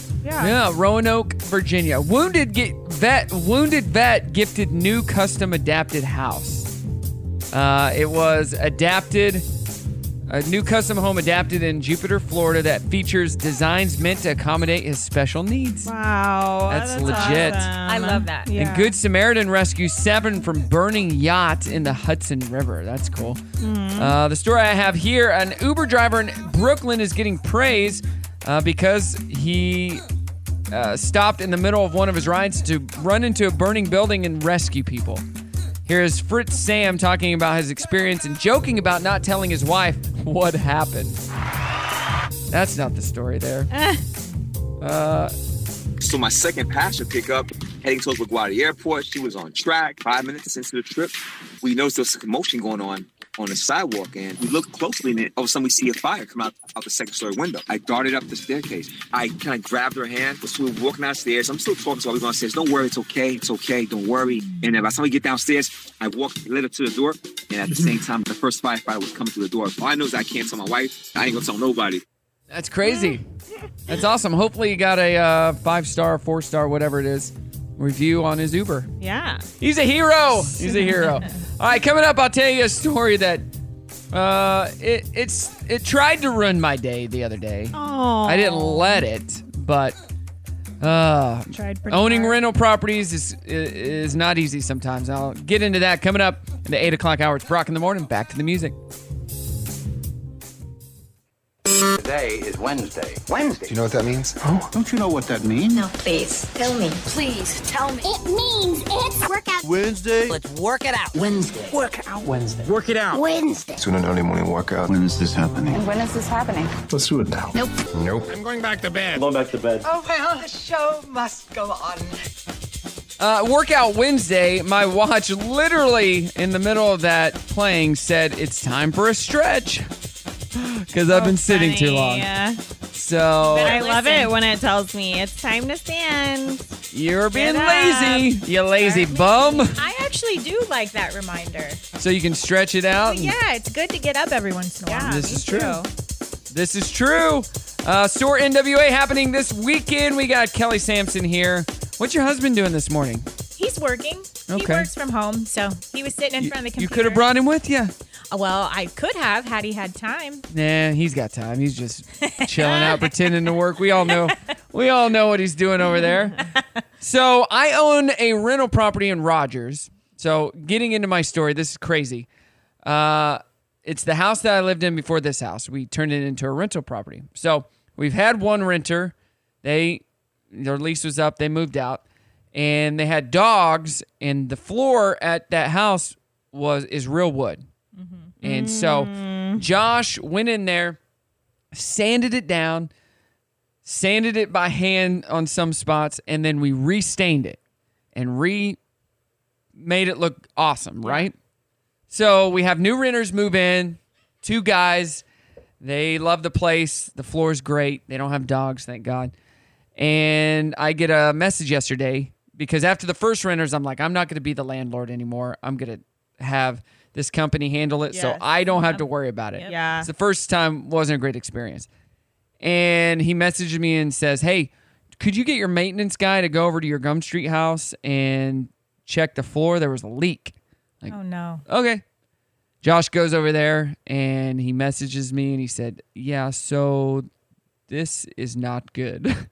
[SPEAKER 6] concept.
[SPEAKER 3] Oh, Yeah.
[SPEAKER 1] Yeah, Roanoke, Virginia. Wounded get, vet, wounded vet gifted new custom adapted house. Uh, it was adapted, a new custom home adapted in Jupiter, Florida, that features designs meant to accommodate his special needs.
[SPEAKER 3] Wow.
[SPEAKER 1] That's legit.
[SPEAKER 6] I love that.
[SPEAKER 3] Yeah.
[SPEAKER 1] And Good Samaritan rescues seven from burning yacht in the Hudson River. That's cool. Uh, the story I have here an Uber driver in Brooklyn is getting praise uh, because he uh, stopped in the middle of one of his rides to run into a burning building and rescue people. Here is Fritz Sam talking about his experience and joking about not telling his wife what happened. That's not the story there. Uh,
[SPEAKER 13] So my second passenger pickup, heading towards LaGuardia Airport, she was on track. Five minutes into the trip, we noticed there was some commotion going on on the sidewalk, and we looked closely, and all of a sudden we see a fire come out, out the second story window. I darted up the staircase. I kind of grabbed her hand. So we were walking downstairs. I'm still talking to her. We're going downstairs. Don't worry, it's okay, it's okay, don't worry. And then by the time we get downstairs, I walked, led her to the door, and at the same
[SPEAKER 5] Mm-hmm.
[SPEAKER 13] time, the first firefighter was coming through the door. All I know is I can't tell my wife. I ain't gonna tell nobody.
[SPEAKER 1] That's crazy. That's awesome. Hopefully, you got a uh, five star, four star, whatever it is, review on his Uber.
[SPEAKER 3] Yeah.
[SPEAKER 1] He's a hero. He's a hero. All right, coming up, I'll tell you a story that uh, it it's it tried to ruin my day the other day.
[SPEAKER 3] Oh.
[SPEAKER 1] I didn't let it, but uh,
[SPEAKER 3] Tried pretty
[SPEAKER 1] owning
[SPEAKER 3] hard.
[SPEAKER 1] rental properties is is not easy sometimes. I'll get into that coming up in the eight o'clock hour. It's Brock in the morning. Back to the music.
[SPEAKER 11] Today is Wednesday. Wednesday. Do you know what that means? Oh, don't you know what that means?
[SPEAKER 12] No, please. Tell me. Please, tell me. It means it's workout.
[SPEAKER 11] Wednesday.
[SPEAKER 12] Let's work it out.
[SPEAKER 11] Wednesday.
[SPEAKER 12] Work it out.
[SPEAKER 11] Wednesday. Work it out.
[SPEAKER 12] Wednesday.
[SPEAKER 11] Soon an early morning workout. When is this happening?
[SPEAKER 12] when is this happening?
[SPEAKER 11] Let's do it now.
[SPEAKER 12] Nope.
[SPEAKER 11] Nope. I'm going back to bed. going back to bed.
[SPEAKER 12] Oh, well, the show must go on.
[SPEAKER 1] Uh, Workout Wednesday, my watch literally in the middle of that playing said it's time for a stretch because I've been sitting too long.
[SPEAKER 3] Yeah.
[SPEAKER 1] So
[SPEAKER 3] I love it when it tells me it's time to stand.
[SPEAKER 1] you're being
[SPEAKER 3] Get up.
[SPEAKER 1] lazy, you lazy bum.
[SPEAKER 6] I actually do like that reminder.
[SPEAKER 1] So you can stretch it out.
[SPEAKER 6] But yeah, it's good to get up every once in a while.
[SPEAKER 1] and Oh. this is true. This is true. Uh, store NWA happening this weekend. We got Kelly Sampson here. What's your husband doing this morning?
[SPEAKER 6] He's working. He
[SPEAKER 1] Okay.
[SPEAKER 6] works from home, so he was sitting in front of the
[SPEAKER 1] You
[SPEAKER 6] computer.
[SPEAKER 1] could have brought him with you.
[SPEAKER 6] Well, I could have had he had time.
[SPEAKER 1] Nah, he's got time. He's just chilling out, pretending to work. We all know. We all know what he's doing over there. So I own a rental property in Rogers. So getting into my story, this is crazy. Uh, it's the house that I lived in before this house. We turned it into a rental property. So We've had one renter. They their lease was up. They moved out, and they had dogs. And the floor at that house was is real wood. And so Josh went in there, sanded it down, sanded it by hand on some spots, and then we restained it and re made it look awesome, right? So we have new renters move in, two guys. They love the place. The floor is great. They don't have dogs, thank God. And I get a message yesterday because after the first renters, I'm like, I'm not going to be the landlord anymore. I'm going to have this company handle it so
[SPEAKER 3] Yes.
[SPEAKER 1] I don't have to worry about it.
[SPEAKER 3] Yep. Yeah.
[SPEAKER 1] It's the first time wasn't a great experience. And he messaged me and says, Hey, could you get your maintenance guy to go over to your Gum Street house and check the floor? There was a leak. Like,
[SPEAKER 6] oh no.
[SPEAKER 1] okay. Josh goes over there and he messages me and he said, Yeah, so this is not good.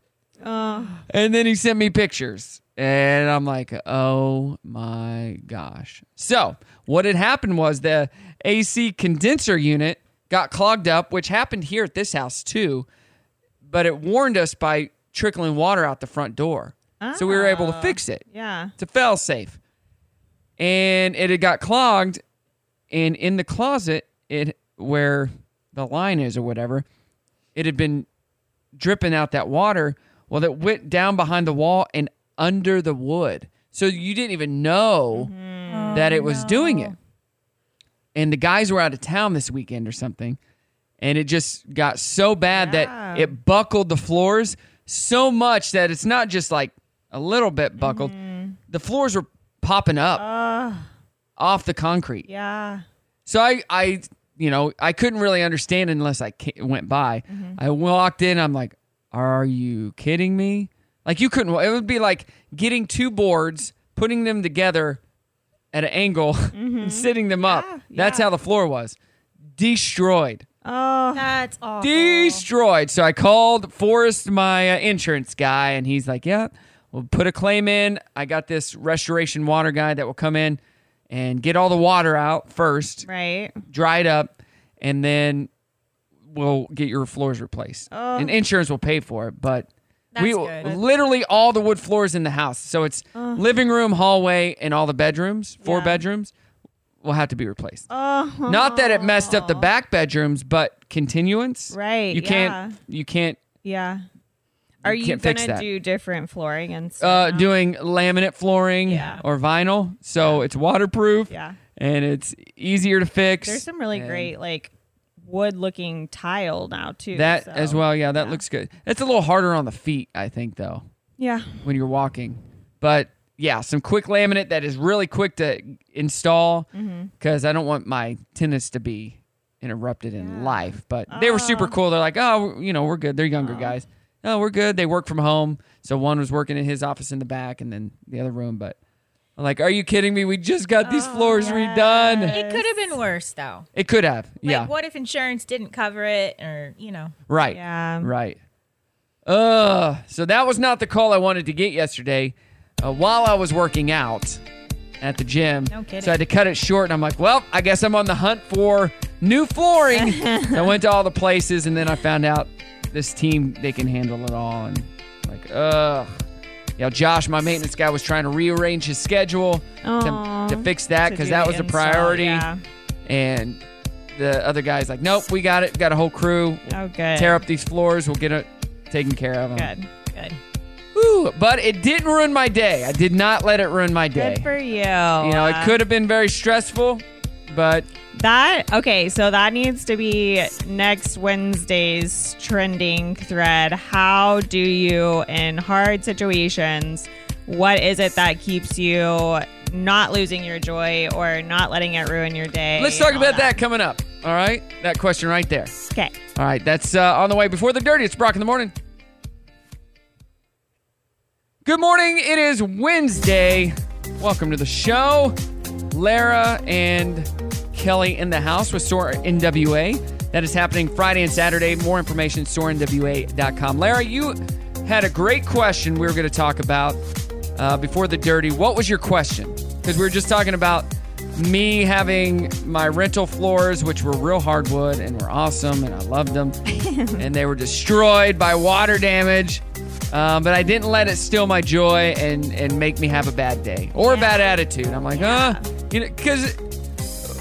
[SPEAKER 3] Oh.
[SPEAKER 1] and then he sent me pictures. And I'm like, oh my gosh. So, what had happened was the AC condenser unit got clogged up, which happened here at this house too, but it warned us by trickling water out the front door. So, we were able to fix it.
[SPEAKER 3] Yeah.
[SPEAKER 1] It's a fail safe. And it had got clogged, and in the closet, it where the line is or whatever, it had been dripping out that water. Well, that went down behind the wall and under the wood. So you didn't even know that it was doing it. And the guys were out of town this weekend or something. And it just got so bad that
[SPEAKER 3] Yeah.
[SPEAKER 1] it buckled the floors so much that it's not just like a little bit buckled. The floors were popping up
[SPEAKER 3] Uh,
[SPEAKER 1] off the concrete.
[SPEAKER 3] yeah.
[SPEAKER 1] So I, I, you know, I couldn't really understand unless I ca- went by.
[SPEAKER 3] Mm-hmm.
[SPEAKER 1] I walked in. I'm like, are you kidding me? Like you couldn't. It would be like getting two boards, putting them together at an angle,
[SPEAKER 3] Mm-hmm.
[SPEAKER 1] and sitting them up. That's how the floor was destroyed.
[SPEAKER 3] Oh.
[SPEAKER 6] That's awful.
[SPEAKER 1] Destroyed. So I called Forrest, my uh, insurance guy, and he's like, "Yeah, we'll put a claim in. I got this restoration water guy that will come in and get all the water out first,
[SPEAKER 3] Right.
[SPEAKER 1] dry it up, and then we'll get your floors replaced.
[SPEAKER 3] Oh.
[SPEAKER 1] And insurance will pay for it, but."
[SPEAKER 3] That's
[SPEAKER 1] we
[SPEAKER 3] good.
[SPEAKER 1] literally all the wood floors in the house, so it's
[SPEAKER 3] Ugh.
[SPEAKER 1] living room, hallway, and all the bedrooms, four
[SPEAKER 3] Yeah.
[SPEAKER 1] bedrooms, will have to be replaced.
[SPEAKER 3] Oh.
[SPEAKER 1] Not that it messed up the back bedrooms, but continuance.
[SPEAKER 3] Right,
[SPEAKER 1] You can't. You can't.
[SPEAKER 3] Yeah. Are you,
[SPEAKER 1] can't fix
[SPEAKER 3] gonna
[SPEAKER 1] that.
[SPEAKER 3] do different flooring and stuff?
[SPEAKER 1] Uh, Doing laminate flooring or vinyl, so it's waterproof.
[SPEAKER 3] Yeah.
[SPEAKER 1] And it's easier to fix.
[SPEAKER 3] There's some really
[SPEAKER 1] and
[SPEAKER 3] great like wood looking tile now too.
[SPEAKER 1] That
[SPEAKER 3] so-
[SPEAKER 1] as well. Yeah, that looks good. It's a little harder on the feet, I think, though.
[SPEAKER 3] Yeah.
[SPEAKER 1] When you're walking, but yeah, some quick laminate that is really quick to install
[SPEAKER 3] Mhm.
[SPEAKER 1] because I don't want my tenants to be interrupted in life. But they were super cool. They're like, oh, you know, we're good. They're younger guys. No, we're good. They work from home. So one was working in his office in the back and then the other room. But I'm like, are you kidding me? We just got these floors redone.
[SPEAKER 6] It could have been worse though.
[SPEAKER 1] It could have.
[SPEAKER 6] Like,
[SPEAKER 1] yeah.
[SPEAKER 6] what if insurance didn't cover it, or you know?
[SPEAKER 1] Right.
[SPEAKER 3] Yeah.
[SPEAKER 1] Right. Uh, so that was not the call I wanted to get yesterday uh, while I was working out at the gym.
[SPEAKER 6] No kidding.
[SPEAKER 1] So I had to cut it short, and I'm like, well, I guess I'm on the hunt for new flooring. so I went to all the places, and then I found out this team, they can handle it all. And like, ugh. Yeah, Josh, my maintenance guy, was trying to rearrange his schedule to,
[SPEAKER 3] Aw,
[SPEAKER 1] to fix that
[SPEAKER 3] to
[SPEAKER 1] because
[SPEAKER 3] do
[SPEAKER 1] that
[SPEAKER 3] the
[SPEAKER 1] was a
[SPEAKER 3] install,
[SPEAKER 1] priority.
[SPEAKER 3] yeah.
[SPEAKER 1] And the other guy's like, nope, we got it. We got a whole crew.
[SPEAKER 3] Oh, good.
[SPEAKER 1] Tear up these floors. We'll get it taken care of.
[SPEAKER 3] Good. Good.
[SPEAKER 1] Whew, but it didn't ruin my day. I did not let it ruin my day.
[SPEAKER 3] Good for you.
[SPEAKER 1] you know, it could have been very stressful, but
[SPEAKER 3] That okay, so that needs to be next Wednesday's trending thread. How do you in hard situations? What is it that keeps you not losing your joy or not letting it ruin your day?
[SPEAKER 1] let's talk about that coming up. All right? That question right there.
[SPEAKER 3] Okay.
[SPEAKER 1] All right, that's uh, on the way before the dirty. It's Brock in the morning. Good morning. It is Wednesday. Welcome to the show. Lara and Kelly in the house with SOAR NWA. That is happening Friday and Saturday. More information, soarnwa.com. Lara, you had a great question we were going to talk about uh, before the dirty. What was your question? Because we were just talking about me having my rental floors, which were real hardwood and were awesome, and I loved them, and they were destroyed by water damage. Um, but I didn't let it steal my joy and and make me have a bad day or a bad attitude. I'm like, ah, you know, because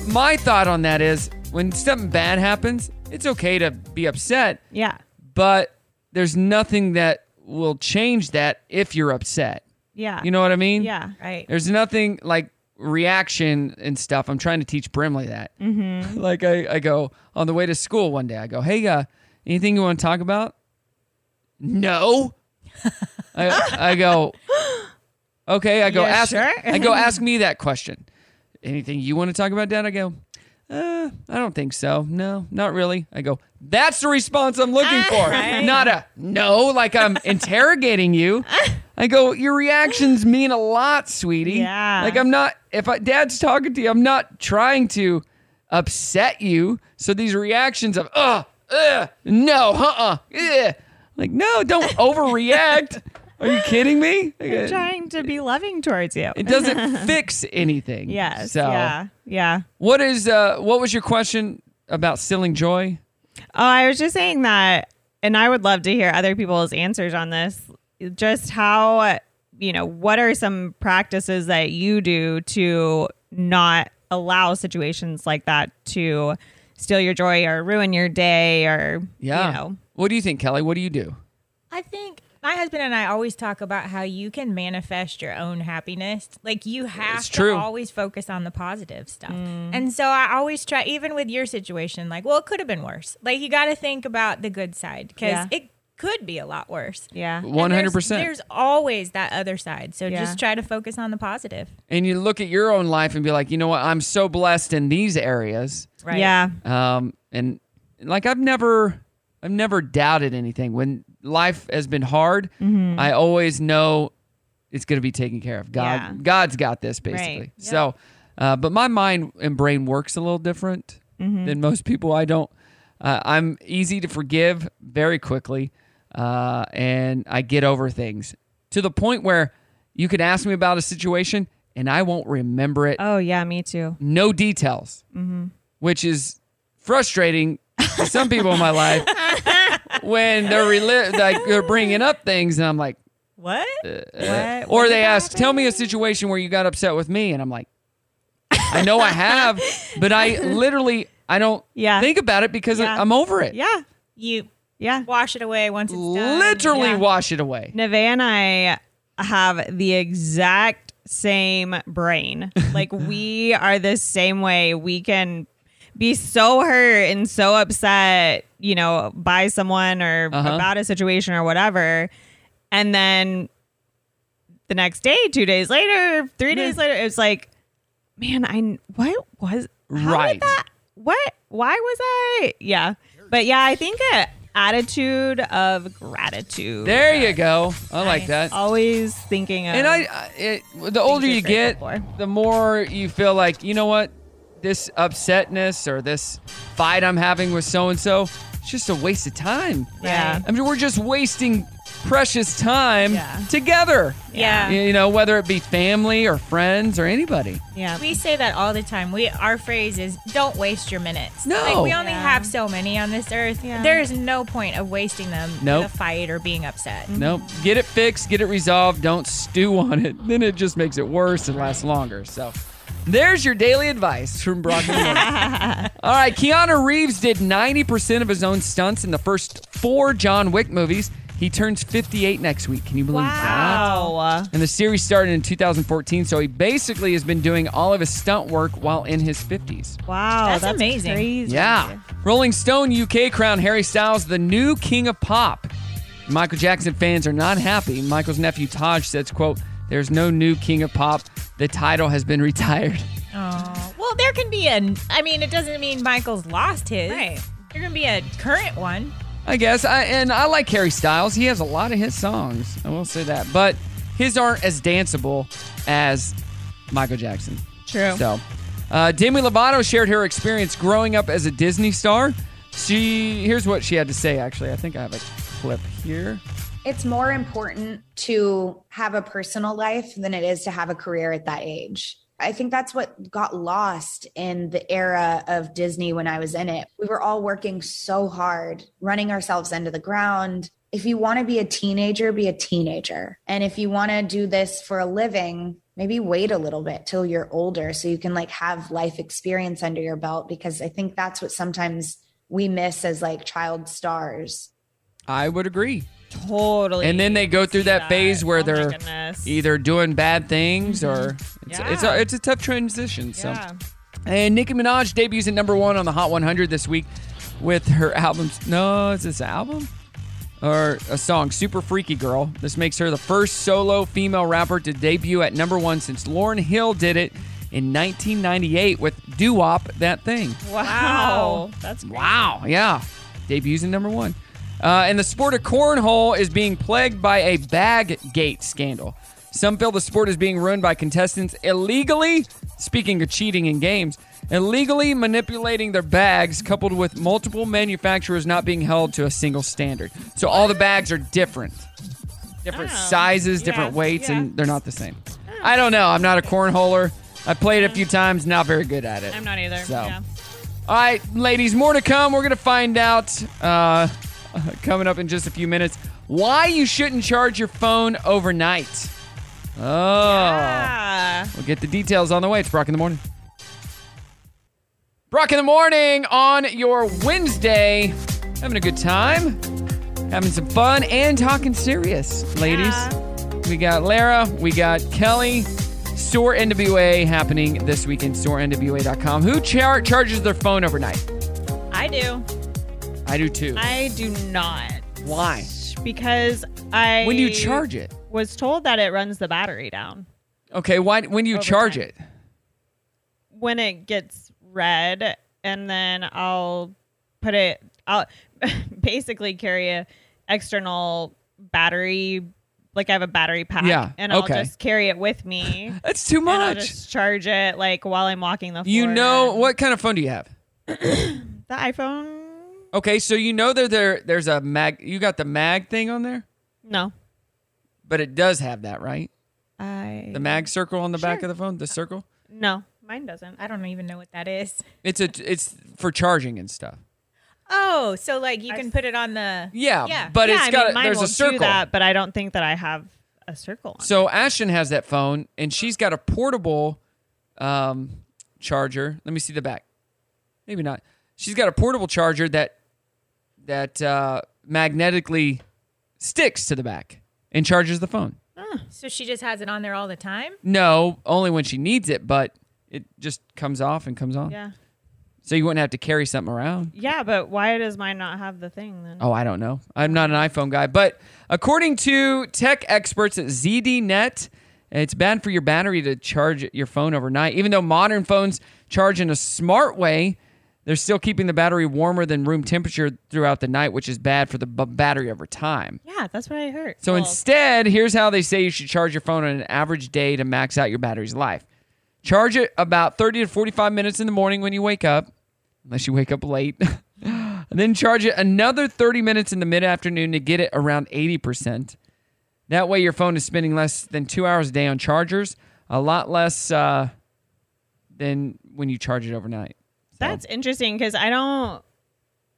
[SPEAKER 1] my thought on that is when something bad happens, it's okay to be upset.
[SPEAKER 3] Yeah.
[SPEAKER 1] But there's nothing that will change that if you're upset.
[SPEAKER 3] Yeah.
[SPEAKER 1] You know what I mean? Er
[SPEAKER 3] Yeah. Right.
[SPEAKER 1] There's nothing like reaction and stuff. I'm trying to teach Brimley that.
[SPEAKER 3] Mm-hmm.
[SPEAKER 1] Like I, I go on the way to school one day, I go, Hey uh, anything you want to talk about? No. I, I go, Okay, I go
[SPEAKER 5] You
[SPEAKER 1] ask
[SPEAKER 5] sure?"
[SPEAKER 1] I go ask me that question. Anything you want to talk about, Dad? I go, uh, I don't think so. No, not really. I go, that's the response I'm
[SPEAKER 3] Ah,
[SPEAKER 1] looking for.
[SPEAKER 5] Right.
[SPEAKER 1] Not a no, like I'm interrogating you. I go, your reactions mean a lot, sweetie.
[SPEAKER 5] Yeah.
[SPEAKER 1] Like I'm not if I, dad's talking to you, I'm not trying to upset you. So these reactions of uh, uh, no, uh, uh, uh, like no, don't overreact. Are you kidding me?
[SPEAKER 3] I'm trying to be loving towards you.
[SPEAKER 1] It doesn't fix anything.
[SPEAKER 3] Yes.
[SPEAKER 1] So
[SPEAKER 3] Yeah. Yeah.
[SPEAKER 1] what is uh what was your question about stealing joy?
[SPEAKER 3] Oh, I was just saying that, and I would love to hear other people's answers on this. Just how, you know, what are some practices that you do to not allow situations like that to steal your joy or ruin your day or,
[SPEAKER 1] Yeah.
[SPEAKER 3] you know,
[SPEAKER 1] What do you think, Kelly? What do you do?
[SPEAKER 6] I think my husband and I always talk about how you can manifest your own happiness. Like you have
[SPEAKER 1] It's
[SPEAKER 6] to
[SPEAKER 1] true. Mm.
[SPEAKER 6] always focus on the positive stuff. And so I always try, even with your situation, like, well, it could have been worse. Like you got to think about the good side because
[SPEAKER 3] Yeah.
[SPEAKER 6] it could be a lot worse.
[SPEAKER 3] Yeah.
[SPEAKER 6] And there's-
[SPEAKER 1] 100%.
[SPEAKER 6] There's always that other side. So
[SPEAKER 1] Yeah.
[SPEAKER 6] just try to focus on the positive.
[SPEAKER 1] And you look at your own life and be like, you know what? I'm so blessed in these areas.
[SPEAKER 6] Right.
[SPEAKER 3] Yeah.
[SPEAKER 1] Um, and like I've never, I've never doubted anything. When life has been hard,
[SPEAKER 5] Mhm.
[SPEAKER 1] I always know it's going to be taken care of. God,
[SPEAKER 5] Yeah.
[SPEAKER 1] God's got this basically.
[SPEAKER 5] Right.
[SPEAKER 1] So, uh, but my mind and brain works a little different
[SPEAKER 5] Mhm.
[SPEAKER 1] than most people. I don't. Uh, I'm easy to forgive very quickly, uh, and I get over things to the point where you could ask me about a situation and I won't remember it.
[SPEAKER 3] Oh yeah, me too.
[SPEAKER 1] No details
[SPEAKER 3] hmm
[SPEAKER 1] which is frustrating to some people in my life when they're reli- like they're bringing up things and I'm like
[SPEAKER 3] what?
[SPEAKER 1] uh, or they ask tell me a situation where you got upset with me and I'm like I know I have but I literally I don't
[SPEAKER 6] Yeah.
[SPEAKER 1] think about it because
[SPEAKER 6] Yeah.
[SPEAKER 1] I'm over it
[SPEAKER 3] Yeah.
[SPEAKER 6] You
[SPEAKER 3] yeah.
[SPEAKER 6] wash it away once it's done.
[SPEAKER 1] literally
[SPEAKER 6] Yeah.
[SPEAKER 1] wash it away
[SPEAKER 3] Neve and I have the exact same brain. Like we are the same way. We can be so hurt and so upset, you know, by someone or
[SPEAKER 5] Uh-huh.
[SPEAKER 3] about a situation or whatever. And then the next day, two days later, three days later, it's like, man, I what was how
[SPEAKER 1] Right.
[SPEAKER 3] Did that, what? Why was I? Yeah, but yeah, I think a attitude of gratitude.
[SPEAKER 1] there you go I like that
[SPEAKER 3] Always thinking of
[SPEAKER 1] And I, I it, the older
[SPEAKER 3] you're
[SPEAKER 1] you get,
[SPEAKER 3] grateful
[SPEAKER 1] the more you feel like, you know what, this upsetness or this fight I'm having with so and so, it's just a waste of time.
[SPEAKER 3] Yeah.
[SPEAKER 1] I mean, we're just wasting precious time together.
[SPEAKER 6] Yeah.
[SPEAKER 1] You you know, whether it be family or friends or anybody.
[SPEAKER 3] Yeah.
[SPEAKER 6] We say that all the time. We our phrase is don't waste your minutes.
[SPEAKER 1] No.
[SPEAKER 6] Like we only
[SPEAKER 1] Yeah.
[SPEAKER 6] have so many on this earth. There is no point of wasting them
[SPEAKER 1] Nope.
[SPEAKER 6] with a fight or being upset.
[SPEAKER 1] Nope. Get it fixed, get it resolved, don't stew on it. Then it just makes it worse and lasts longer. So there's your daily advice from Brock and Morty. All right, Keanu Reeves did 90% of his own stunts in the first four John Wick movies. He turns 58 next week. Can you believe
[SPEAKER 3] Wow. uh,
[SPEAKER 1] that?
[SPEAKER 3] oh,
[SPEAKER 1] And the series started in 2014, so he basically has been doing all of his stunt work while in his 50s.
[SPEAKER 3] Wow,
[SPEAKER 6] That's
[SPEAKER 3] that's,
[SPEAKER 6] amazing.
[SPEAKER 3] Crazy.
[SPEAKER 1] Yeah. Rolling Stone UK crown Harry Styles the new king of pop. Michael Jackson fans are not happy. Michael's nephew Taj says, quote, there's no new king of pop. The title has been retired.
[SPEAKER 6] Oh. Well, there can be an I mean, it doesn't mean Michael's lost his. Right. There can be a current one.
[SPEAKER 1] I guess. I, and I like Harry Styles. He has a lot of his songs. I will say that. But his aren't as danceable as Michael Jackson.
[SPEAKER 3] True.
[SPEAKER 1] So, uh, Demi Lovato shared her experience growing up as a Disney star. She here's what she had to say. Actually, I think I have a clip here.
[SPEAKER 14] It's more important to have a personal life than it is to have a career at that age. I think that's what got lost in the era of Disney when I was in it. We were all working so hard, running ourselves into the ground. If you want to be a teenager, be a teenager. And if you want to do this for a living, maybe wait a little bit till you're older so you can like have life experience under your belt because I think that's what sometimes we miss as like child stars.
[SPEAKER 1] I would agree.
[SPEAKER 3] Totally.
[SPEAKER 1] And then they go through that phase where they're
[SPEAKER 3] goodness.
[SPEAKER 1] either doing bad things or it's, it's, a, it's a tough transition. So,
[SPEAKER 3] Yeah.
[SPEAKER 1] and Nicki Minaj debuts at number one on the Hot 100 this week with her album. No, is this an album or a song? Super Freaky Girl. This makes her the first solo female rapper to debut at number one since Lauren Hill did it in 1998 with "Do Wop That Thing."
[SPEAKER 3] Wow.
[SPEAKER 1] Oh.
[SPEAKER 3] That's
[SPEAKER 1] Wow, yeah. Debuts in number one. Uh, and the sport of cornhole is being plagued by a bag gate scandal. Some feel the sport is being run by contestants illegally, speaking of cheating in games, illegally manipulating their bags, coupled with multiple manufacturers not being held to a single standard. So all the bags are different, different sizes, different weights, and they're not the same. I don't know. I'm not a cornholer. I played a few times, not very good at it.
[SPEAKER 3] I'm not either.
[SPEAKER 1] So.
[SPEAKER 3] Yeah.
[SPEAKER 1] All right, ladies, more to come. We're going to find out uh, coming up in just a few minutes why you shouldn't charge your phone overnight. Oh. We'll get the details on the way. It's Brock in the morning. Brock in the morning on your Wednesday. Having a good time, having some fun, and talking serious, ladies. We got Lara, we got Kelly. Store NWA happening this weekend. StoreNWA.com. Who char- charges their phone overnight?
[SPEAKER 3] I do.
[SPEAKER 1] I do too.
[SPEAKER 3] I do not.
[SPEAKER 1] Why?
[SPEAKER 3] Because I.
[SPEAKER 1] When do you charge it?
[SPEAKER 3] Was told that it runs the battery down
[SPEAKER 1] Okay, why? When do you charge it?
[SPEAKER 3] when it gets red, and then I'll put it. I'll basically carry a external battery. Like I have a battery pack,
[SPEAKER 1] Yeah,
[SPEAKER 3] and I'll
[SPEAKER 1] okay.
[SPEAKER 3] just carry it with me.
[SPEAKER 1] That's too
[SPEAKER 3] And I'll
[SPEAKER 1] much.
[SPEAKER 3] just charge it like while I'm walking the floor.
[SPEAKER 1] You know what kind of phone do you have?
[SPEAKER 3] the iPhone.
[SPEAKER 1] Okay, so you know that there there's a mag. You got the mag thing on there,
[SPEAKER 3] No,
[SPEAKER 1] but it does have that, right?
[SPEAKER 3] I
[SPEAKER 1] The mag circle on the back of the phone, the circle.
[SPEAKER 3] no.
[SPEAKER 6] Mine doesn't. I don't even know what that is.
[SPEAKER 1] It's a it's for charging and stuff.
[SPEAKER 6] Oh, so like you can put it on the
[SPEAKER 1] Yeah,
[SPEAKER 6] yeah.
[SPEAKER 1] but
[SPEAKER 3] Yeah,
[SPEAKER 1] it's
[SPEAKER 3] I
[SPEAKER 1] got
[SPEAKER 3] mean, mine
[SPEAKER 1] there's
[SPEAKER 3] will
[SPEAKER 1] a circle.
[SPEAKER 3] Do that, but I don't think that I have a circle. On.
[SPEAKER 1] So Ashton has that phone, and she's got a portable um, charger. Let me see the back. Maybe not. She's got a portable charger that that uh, magnetically sticks to the back and charges the phone.
[SPEAKER 6] So she just has it on there all the time.
[SPEAKER 1] No, only when she needs it, but it just comes off and comes on.
[SPEAKER 3] Yeah.
[SPEAKER 1] So you wouldn't have to carry something around.
[SPEAKER 3] Yeah, but why does mine not have the thing then?
[SPEAKER 1] Oh, I don't know. I'm not an iPhone guy, but according to tech experts at ZDNet, it's bad for your battery to charge your phone overnight. Even though modern phones charge in a smart way, they're still keeping the battery warmer than room temperature throughout the night, which is bad for the b- battery over time.
[SPEAKER 3] Yeah, that's what I heard.
[SPEAKER 1] So instead, here's how they say you should charge your phone on an average day to max out your battery's life. Charge it about 30 to 45 minutes in the morning when you wake up, unless you wake up late. and then charge it another 30 minutes in the mid afternoon to get it around 80%. That way, your phone is spending less than two hours a day on chargers, a lot less uh, than when you charge it overnight.
[SPEAKER 3] That's interesting because I don't.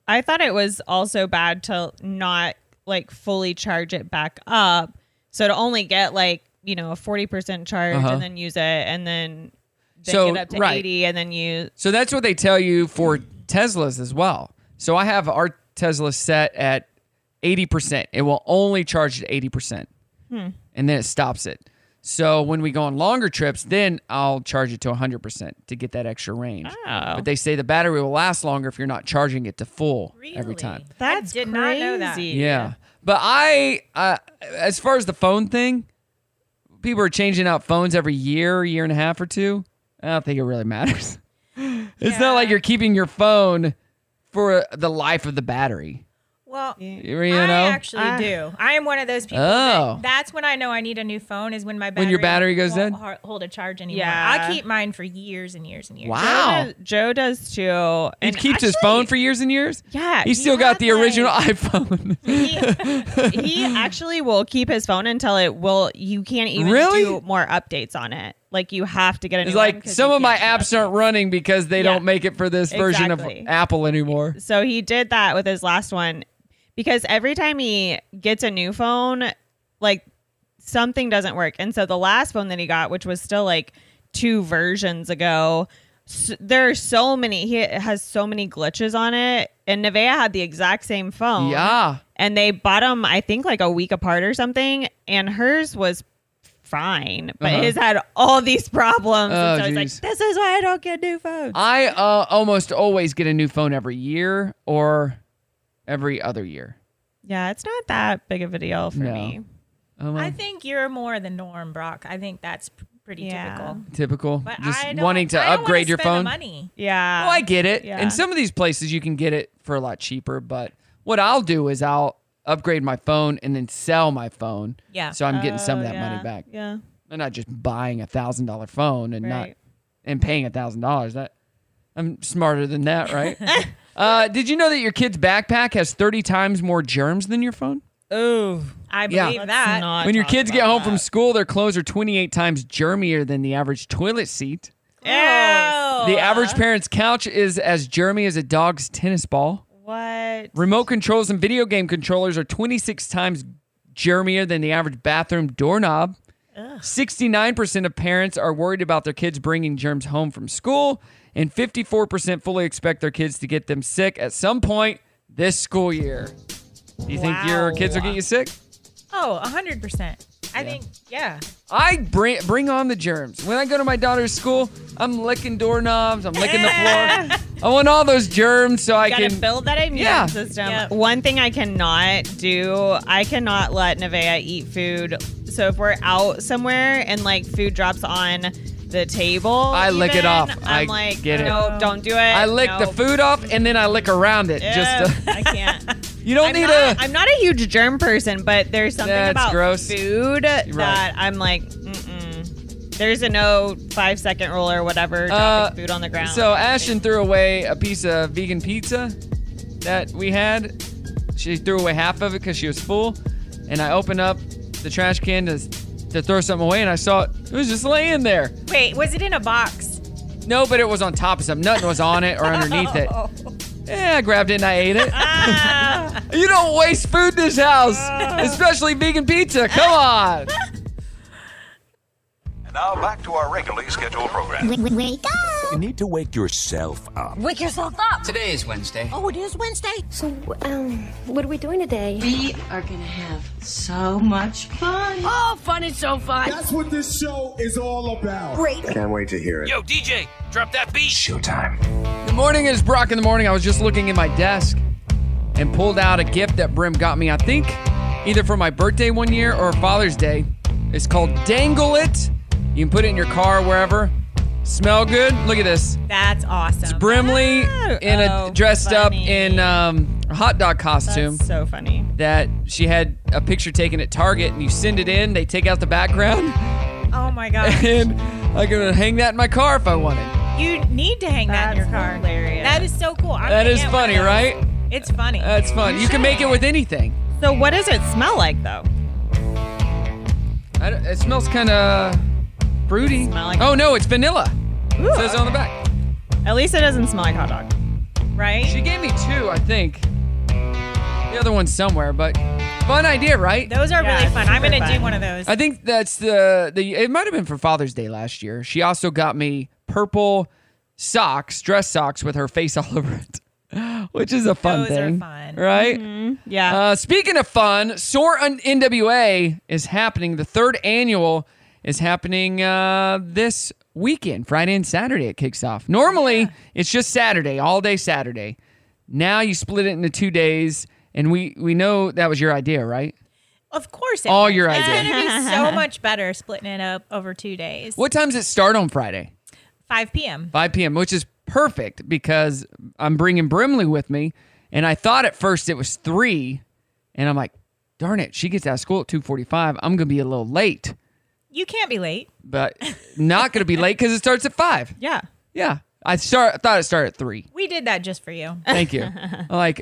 [SPEAKER 3] I thought it was also bad to not like fully charge it back up, so to only get like you know a forty percent charge
[SPEAKER 1] Uh-huh.
[SPEAKER 3] and then use it, and then, then
[SPEAKER 1] So,
[SPEAKER 3] get up to
[SPEAKER 1] right.
[SPEAKER 3] eighty, and then use.
[SPEAKER 1] So that's what they tell you for Teslas as well. So I have our Tesla set at 80%. It will only charge to 80%.
[SPEAKER 3] Hmm.
[SPEAKER 1] And then it stops it. So when we go on longer trips, then I'll charge it to 100% to get that extra range.
[SPEAKER 3] Oh.
[SPEAKER 1] But they say the battery will last longer if you're not charging it to full every time.
[SPEAKER 3] That's
[SPEAKER 6] did
[SPEAKER 3] crazy.
[SPEAKER 6] not know that.
[SPEAKER 1] Yeah. But I, uh, as far as the phone thing, people are changing out phones every year, year and a half or two. I don't think it really matters. It's not like you're keeping your phone for uh, the life of the battery.
[SPEAKER 6] Well,
[SPEAKER 1] You know?
[SPEAKER 6] I actually
[SPEAKER 1] I-
[SPEAKER 6] do. I am one of those people.
[SPEAKER 1] Oh.
[SPEAKER 6] that- that's when I know I need a new phone is when my battery
[SPEAKER 1] When your battery goes
[SPEAKER 6] won't
[SPEAKER 1] dead?
[SPEAKER 6] har- Hold a charge anymore.
[SPEAKER 3] Yeah.
[SPEAKER 6] I keep mine for years and years and years.
[SPEAKER 1] Wow.
[SPEAKER 3] Joe does, Joe does too.
[SPEAKER 1] He
[SPEAKER 3] And
[SPEAKER 1] keeps his phone for years and years.
[SPEAKER 3] Yeah,
[SPEAKER 1] He still got the original iPhone.
[SPEAKER 3] he actually will keep his phone until it will you can't even
[SPEAKER 1] Really?
[SPEAKER 3] do more updates on it. Like you have to get a new
[SPEAKER 1] It's
[SPEAKER 3] one
[SPEAKER 1] like
[SPEAKER 3] 'cause
[SPEAKER 1] some
[SPEAKER 3] you
[SPEAKER 1] of my
[SPEAKER 3] can't
[SPEAKER 1] apps aren't running because they
[SPEAKER 3] Yeah.
[SPEAKER 1] don't make it for this version
[SPEAKER 3] Exactly.
[SPEAKER 1] of Apple anymore.
[SPEAKER 3] So he did that with his last one because every time he gets a new phone, like something doesn't work. And so the last phone that he got, which was still like two versions ago, s there are so many, he has so many glitches on it. And Nevaeh had the exact same phone.
[SPEAKER 1] Yeah.
[SPEAKER 3] And they bought them, I think, like a week apart or something. And hers was fine, but
[SPEAKER 1] Uh-huh.
[SPEAKER 3] his had all these problems.
[SPEAKER 1] Oh,
[SPEAKER 3] and so I
[SPEAKER 1] jeez.
[SPEAKER 3] like, this is why I don't get new phones.
[SPEAKER 1] I uh, almost always get a new phone every year or every other year.
[SPEAKER 3] Yeah, it's not that big of a deal for
[SPEAKER 1] No.
[SPEAKER 3] me.
[SPEAKER 1] Oh,
[SPEAKER 6] I
[SPEAKER 1] my.
[SPEAKER 6] think you're more the norm, Brock. I think that's p- pretty typical.
[SPEAKER 1] Typical.
[SPEAKER 6] But
[SPEAKER 1] Just
[SPEAKER 6] I don't-
[SPEAKER 1] wanting to
[SPEAKER 6] I don't wanna
[SPEAKER 1] upgrade your
[SPEAKER 6] spend the
[SPEAKER 1] phone.
[SPEAKER 6] money.
[SPEAKER 3] Yeah.
[SPEAKER 1] Well, I get it.
[SPEAKER 6] Yeah.
[SPEAKER 1] In some of these places, you can get it for a lot cheaper. But what I'll do is I'll upgrade my phone and then sell my phone.
[SPEAKER 3] Yeah.
[SPEAKER 1] So I'm getting some of
[SPEAKER 3] Oh,
[SPEAKER 1] that
[SPEAKER 3] yeah.
[SPEAKER 1] money back.
[SPEAKER 3] Yeah.
[SPEAKER 1] I'm not just buying a thousand dollar phone and not
[SPEAKER 3] Right.
[SPEAKER 1] and paying a thousand dollars. That I'm smarter than that, right? uh, did you know that your kid's backpack has 30 times more germs than your phone?
[SPEAKER 3] Oh,
[SPEAKER 6] I
[SPEAKER 1] Yeah.
[SPEAKER 6] believe that.
[SPEAKER 1] when your kids get home from school, their clothes are 28 times germier than the average toilet seat. The average parent's couch is as germy as a dog's tennis ball.
[SPEAKER 3] What?
[SPEAKER 1] Remote controls and video game controllers are 26 times germier than the average bathroom doorknob. 69% of parents are worried about their kids bringing germs home from school, and 54% fully expect their kids to get them sick at some point this school year. Do you think your
[SPEAKER 6] Wow.
[SPEAKER 1] kids will get you sick?
[SPEAKER 6] Oh, 100%. I think, yeah.
[SPEAKER 1] I bring bring on the germs. When I go to my daughter's school, I'm licking doorknobs, I'm licking the floor. I want all those germs so I
[SPEAKER 3] gotta
[SPEAKER 1] can
[SPEAKER 3] build that immune
[SPEAKER 1] Yeah.
[SPEAKER 3] system. One thing I cannot do, I cannot let Nevaeh eat food. So if we're out somewhere and like food drops on the table,
[SPEAKER 1] I lick it
[SPEAKER 3] even,
[SPEAKER 1] off.
[SPEAKER 3] I'm
[SPEAKER 1] I
[SPEAKER 3] like,
[SPEAKER 1] get it.
[SPEAKER 3] no, don't do it.
[SPEAKER 1] I lick
[SPEAKER 3] no.
[SPEAKER 1] the food off and then I lick around it. Just to,
[SPEAKER 3] I can't.
[SPEAKER 1] you don't
[SPEAKER 3] I'm
[SPEAKER 1] need a.
[SPEAKER 3] not, I'm not a huge germ person, but there's something
[SPEAKER 1] That's
[SPEAKER 3] about
[SPEAKER 1] gross.
[SPEAKER 3] food
[SPEAKER 1] You're right.
[SPEAKER 3] that I'm like, mm-mm. there's a no five second rule or whatever dropping
[SPEAKER 1] Uh,
[SPEAKER 3] food on the ground.
[SPEAKER 1] So Ashton threw away a piece of vegan pizza that we had. She threw away half of it because she was full, and I opened up the trash can to to throw something away, and I saw it. It was just laying there.
[SPEAKER 6] Wait, was it in a box?
[SPEAKER 1] No, but it was on top of something. Nothing was on it or underneath it. Yeah, I grabbed it and I ate it. you don't waste food in this house, especially vegan pizza. Come on.
[SPEAKER 15] Now back to our regularly scheduled program.
[SPEAKER 12] Wake up!
[SPEAKER 5] You need to wake yourself up.
[SPEAKER 12] Wake yourself up!
[SPEAKER 5] Today is Wednesday.
[SPEAKER 12] Oh, it is Wednesday. So, um, what are we doing today? We are gonna have so much fun. Oh, fun is so fun.
[SPEAKER 16] That's what this show is all about.
[SPEAKER 12] Great.
[SPEAKER 11] Can't wait to hear it.
[SPEAKER 5] Yo, DJ, drop that beat. Showtime.
[SPEAKER 1] Good morning, it's Brock in the morning. I was just looking in my desk and pulled out a gift that Brim got me, I think, either for my birthday one year or Father's Day. It's called Dangle It. You can put it in your car, wherever. Smell good? Look at this.
[SPEAKER 6] That's awesome. It's
[SPEAKER 1] Brimley in
[SPEAKER 6] Oh,
[SPEAKER 1] a dressed up in um, a hot dog costume.
[SPEAKER 3] so funny.
[SPEAKER 1] That she had a picture taken at Target and you send it in, they take out the background,
[SPEAKER 6] Oh my God.
[SPEAKER 1] and I can hang that in my car if I wanted.
[SPEAKER 6] you need to hang that in your car. That is so cool. I'm
[SPEAKER 1] That
[SPEAKER 6] gonna
[SPEAKER 1] is
[SPEAKER 6] get one
[SPEAKER 1] funny,
[SPEAKER 6] of those.
[SPEAKER 1] right?
[SPEAKER 6] It's funny.
[SPEAKER 1] That's fun. You can make it with anything.
[SPEAKER 3] So what does it smell like though?
[SPEAKER 1] I don't- it smells kind of fruity. oh no, it's vanilla. it says on the back.
[SPEAKER 3] At least it doesn't smell like hot dog.
[SPEAKER 6] Right?
[SPEAKER 1] She gave me two, I think. The other one's somewhere, but fun idea, right?
[SPEAKER 6] Those are
[SPEAKER 3] Yeah,
[SPEAKER 6] really
[SPEAKER 3] it's
[SPEAKER 6] fun. I'm
[SPEAKER 3] super
[SPEAKER 6] going to do
[SPEAKER 3] fun.
[SPEAKER 6] one of those.
[SPEAKER 1] I think that's the the. It might have been for Father's Day last year. She also got me purple socks, dress socks with her face all over it, which is a fun
[SPEAKER 6] Those are
[SPEAKER 1] thing,
[SPEAKER 6] fun. Mm-hmm.
[SPEAKER 1] right?
[SPEAKER 3] Yeah.
[SPEAKER 1] Uh, speaking of fun, SOAR on NWA is happening. The third annual is happening uh, this weekend, Friday and Saturday. It kicks off. Normally, it's just Saturday, all day Saturday. Now you split it into two days, and we we know that was your idea, right?
[SPEAKER 6] of course. It
[SPEAKER 1] All
[SPEAKER 6] was.
[SPEAKER 1] your
[SPEAKER 6] It's
[SPEAKER 1] idea.
[SPEAKER 6] going to be so much better splitting it up over two days.
[SPEAKER 1] What time does it start on Friday?
[SPEAKER 6] 5 p.m.
[SPEAKER 1] 5 p.m., which is perfect because I'm bringing Brimley with me, and I thought at first it was three, and I'm like, darn it, she gets out of school at 2:45. I'm gonna be a little late.
[SPEAKER 6] You can't be late.
[SPEAKER 1] but not going to be late because it starts at five.
[SPEAKER 3] Yeah.
[SPEAKER 1] Yeah. I start. I thought it started at three.
[SPEAKER 6] We did that just for you.
[SPEAKER 1] Thank you. I like,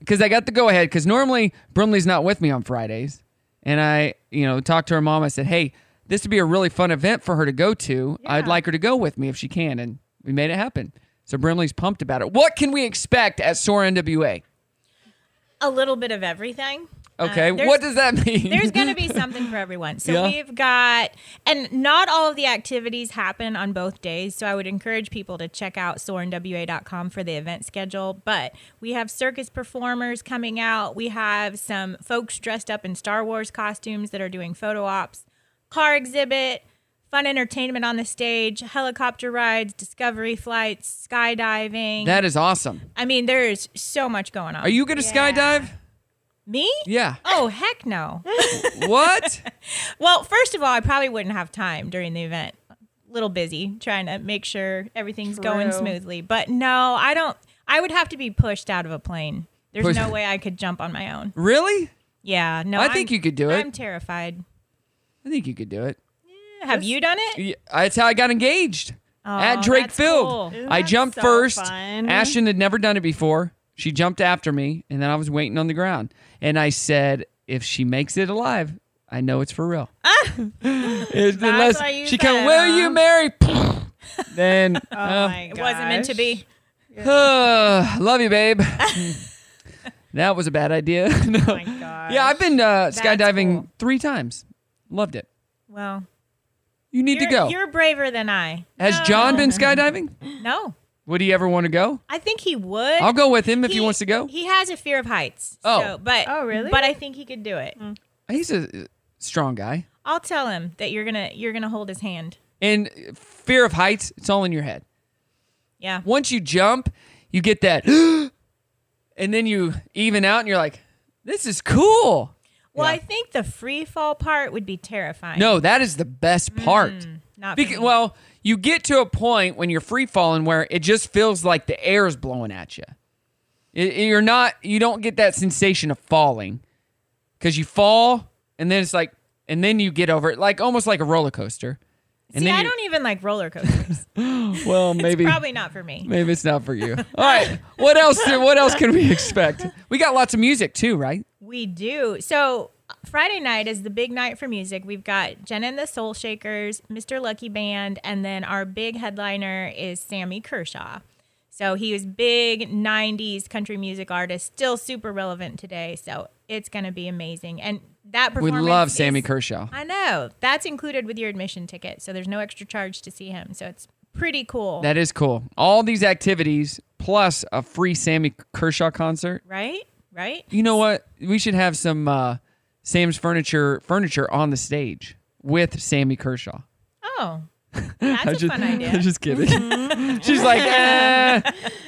[SPEAKER 1] because I got the go ahead. Because normally Brimley's not with me on Fridays, and I, you know, talked to her mom. I said, "Hey, this would be a really fun event for her to go to. I'd like her to go with me if she can, and we made it happen. So Brimley's pumped about it. What can we expect at SOAR NWA?
[SPEAKER 6] a little bit of everything. Um,
[SPEAKER 1] Okay,
[SPEAKER 6] Uh, there's-
[SPEAKER 1] what does that mean?
[SPEAKER 6] There's going to be something for everyone. So
[SPEAKER 1] Yeah.
[SPEAKER 6] we've got, and not all of the activities happen on both days. So I would encourage people to check out soarinwa.com for the event schedule. But we have circus performers coming out. We have some folks dressed up in Star Wars costumes that are doing photo ops, car exhibit, fun entertainment on the stage, helicopter rides, discovery flights, skydiving.
[SPEAKER 1] That is awesome.
[SPEAKER 6] I mean, there is so much going on.
[SPEAKER 1] Are you going to skydive?
[SPEAKER 6] Me?
[SPEAKER 1] Yeah.
[SPEAKER 6] Oh, heck no.
[SPEAKER 1] What?
[SPEAKER 6] well, first of all, I probably wouldn't have time during the event. Little busy trying to make sure everything's going
[SPEAKER 3] True.
[SPEAKER 6] smoothly. But no, I don't. I would have to be pushed out of a plane. There's
[SPEAKER 1] Pushed-
[SPEAKER 6] no way I could jump on my own.
[SPEAKER 1] Really?
[SPEAKER 6] Yeah, no.
[SPEAKER 1] I think
[SPEAKER 6] I'm-
[SPEAKER 1] you could do it.
[SPEAKER 6] I'm terrified.
[SPEAKER 1] I think you could do it.
[SPEAKER 6] Have you done it?
[SPEAKER 1] Yeah, that's how I got engaged
[SPEAKER 6] Oh,
[SPEAKER 1] at Drake
[SPEAKER 6] that's
[SPEAKER 1] Field.
[SPEAKER 6] cool. Isn't
[SPEAKER 1] I
[SPEAKER 6] that
[SPEAKER 1] jumped
[SPEAKER 6] so
[SPEAKER 1] first.
[SPEAKER 6] fun?
[SPEAKER 1] Ashton had never done it before. She jumped after me, and then I was waiting on the ground. And I said, if she makes it alive, I know it's for real. It's- unless
[SPEAKER 6] what you
[SPEAKER 1] she come,
[SPEAKER 6] said,
[SPEAKER 1] will
[SPEAKER 6] huh? Oh
[SPEAKER 1] you marry? then uh,
[SPEAKER 6] It wasn't meant to be.
[SPEAKER 1] uh, love you, babe. that was a bad idea. no. Oh my gosh. Yeah, I've been uh, skydiving three times. Loved it.
[SPEAKER 6] Well,
[SPEAKER 1] You need
[SPEAKER 6] you're,
[SPEAKER 1] to go.
[SPEAKER 6] You're braver than I.
[SPEAKER 1] Has John been skydiving?
[SPEAKER 6] No,
[SPEAKER 1] Would he ever want to go?
[SPEAKER 6] I think he would.
[SPEAKER 1] I'll go with him if he wants to go.
[SPEAKER 6] He has a fear of heights.
[SPEAKER 1] Oh.
[SPEAKER 6] so, but oh really? But I think he could do it.
[SPEAKER 1] He's a uh, strong guy.
[SPEAKER 6] I'll tell him that you're gonna you're gonna hold his hand.
[SPEAKER 1] And uh, fear of heights, it's all in your head.
[SPEAKER 6] Yeah.
[SPEAKER 1] Once you jump, you get that, and then you even out, and you're like, "This is cool."
[SPEAKER 6] Well, I think the free fall part would be terrifying.
[SPEAKER 1] No, that is the best part.
[SPEAKER 6] not
[SPEAKER 1] Beca- well, you get to a point when you're free falling where it just feels like the air is blowing at you. It- it- you're not, you don't get that sensation of falling because you fall and then it's like, and then you get over it, like almost like a roller coaster. And
[SPEAKER 6] See,
[SPEAKER 1] then
[SPEAKER 6] I
[SPEAKER 1] you-
[SPEAKER 6] don't even like roller coasters.
[SPEAKER 1] Well, maybe
[SPEAKER 6] Probably not for me.
[SPEAKER 1] maybe it's not for you. All right, what else? What else can we expect? We got lots of music too, right?
[SPEAKER 6] We do. So Friday night is the big night for music. We've got Jenna and the Soul Shakers, Mr. Lucky Band, and then our big headliner is Sammy Kershaw. So he was big 90s country music artist, still super relevant today. So it's going to be amazing. And that
[SPEAKER 1] We
[SPEAKER 6] performance
[SPEAKER 1] love
[SPEAKER 6] is-
[SPEAKER 1] Sammy Kershaw.
[SPEAKER 6] I know. That's included with your admission ticket. So there's no extra charge to see him. So it's pretty cool.
[SPEAKER 1] That is cool. All these activities plus a free Sammy Kershaw concert.
[SPEAKER 6] right? Right?
[SPEAKER 1] You know what? We should have some uh, Sam's furniture furniture on the stage with Sammy Kershaw.
[SPEAKER 6] Oh. That's
[SPEAKER 1] I
[SPEAKER 6] a
[SPEAKER 1] just,
[SPEAKER 6] fun idea. Mm-hmm.
[SPEAKER 1] I'm just kidding. She's like, eh,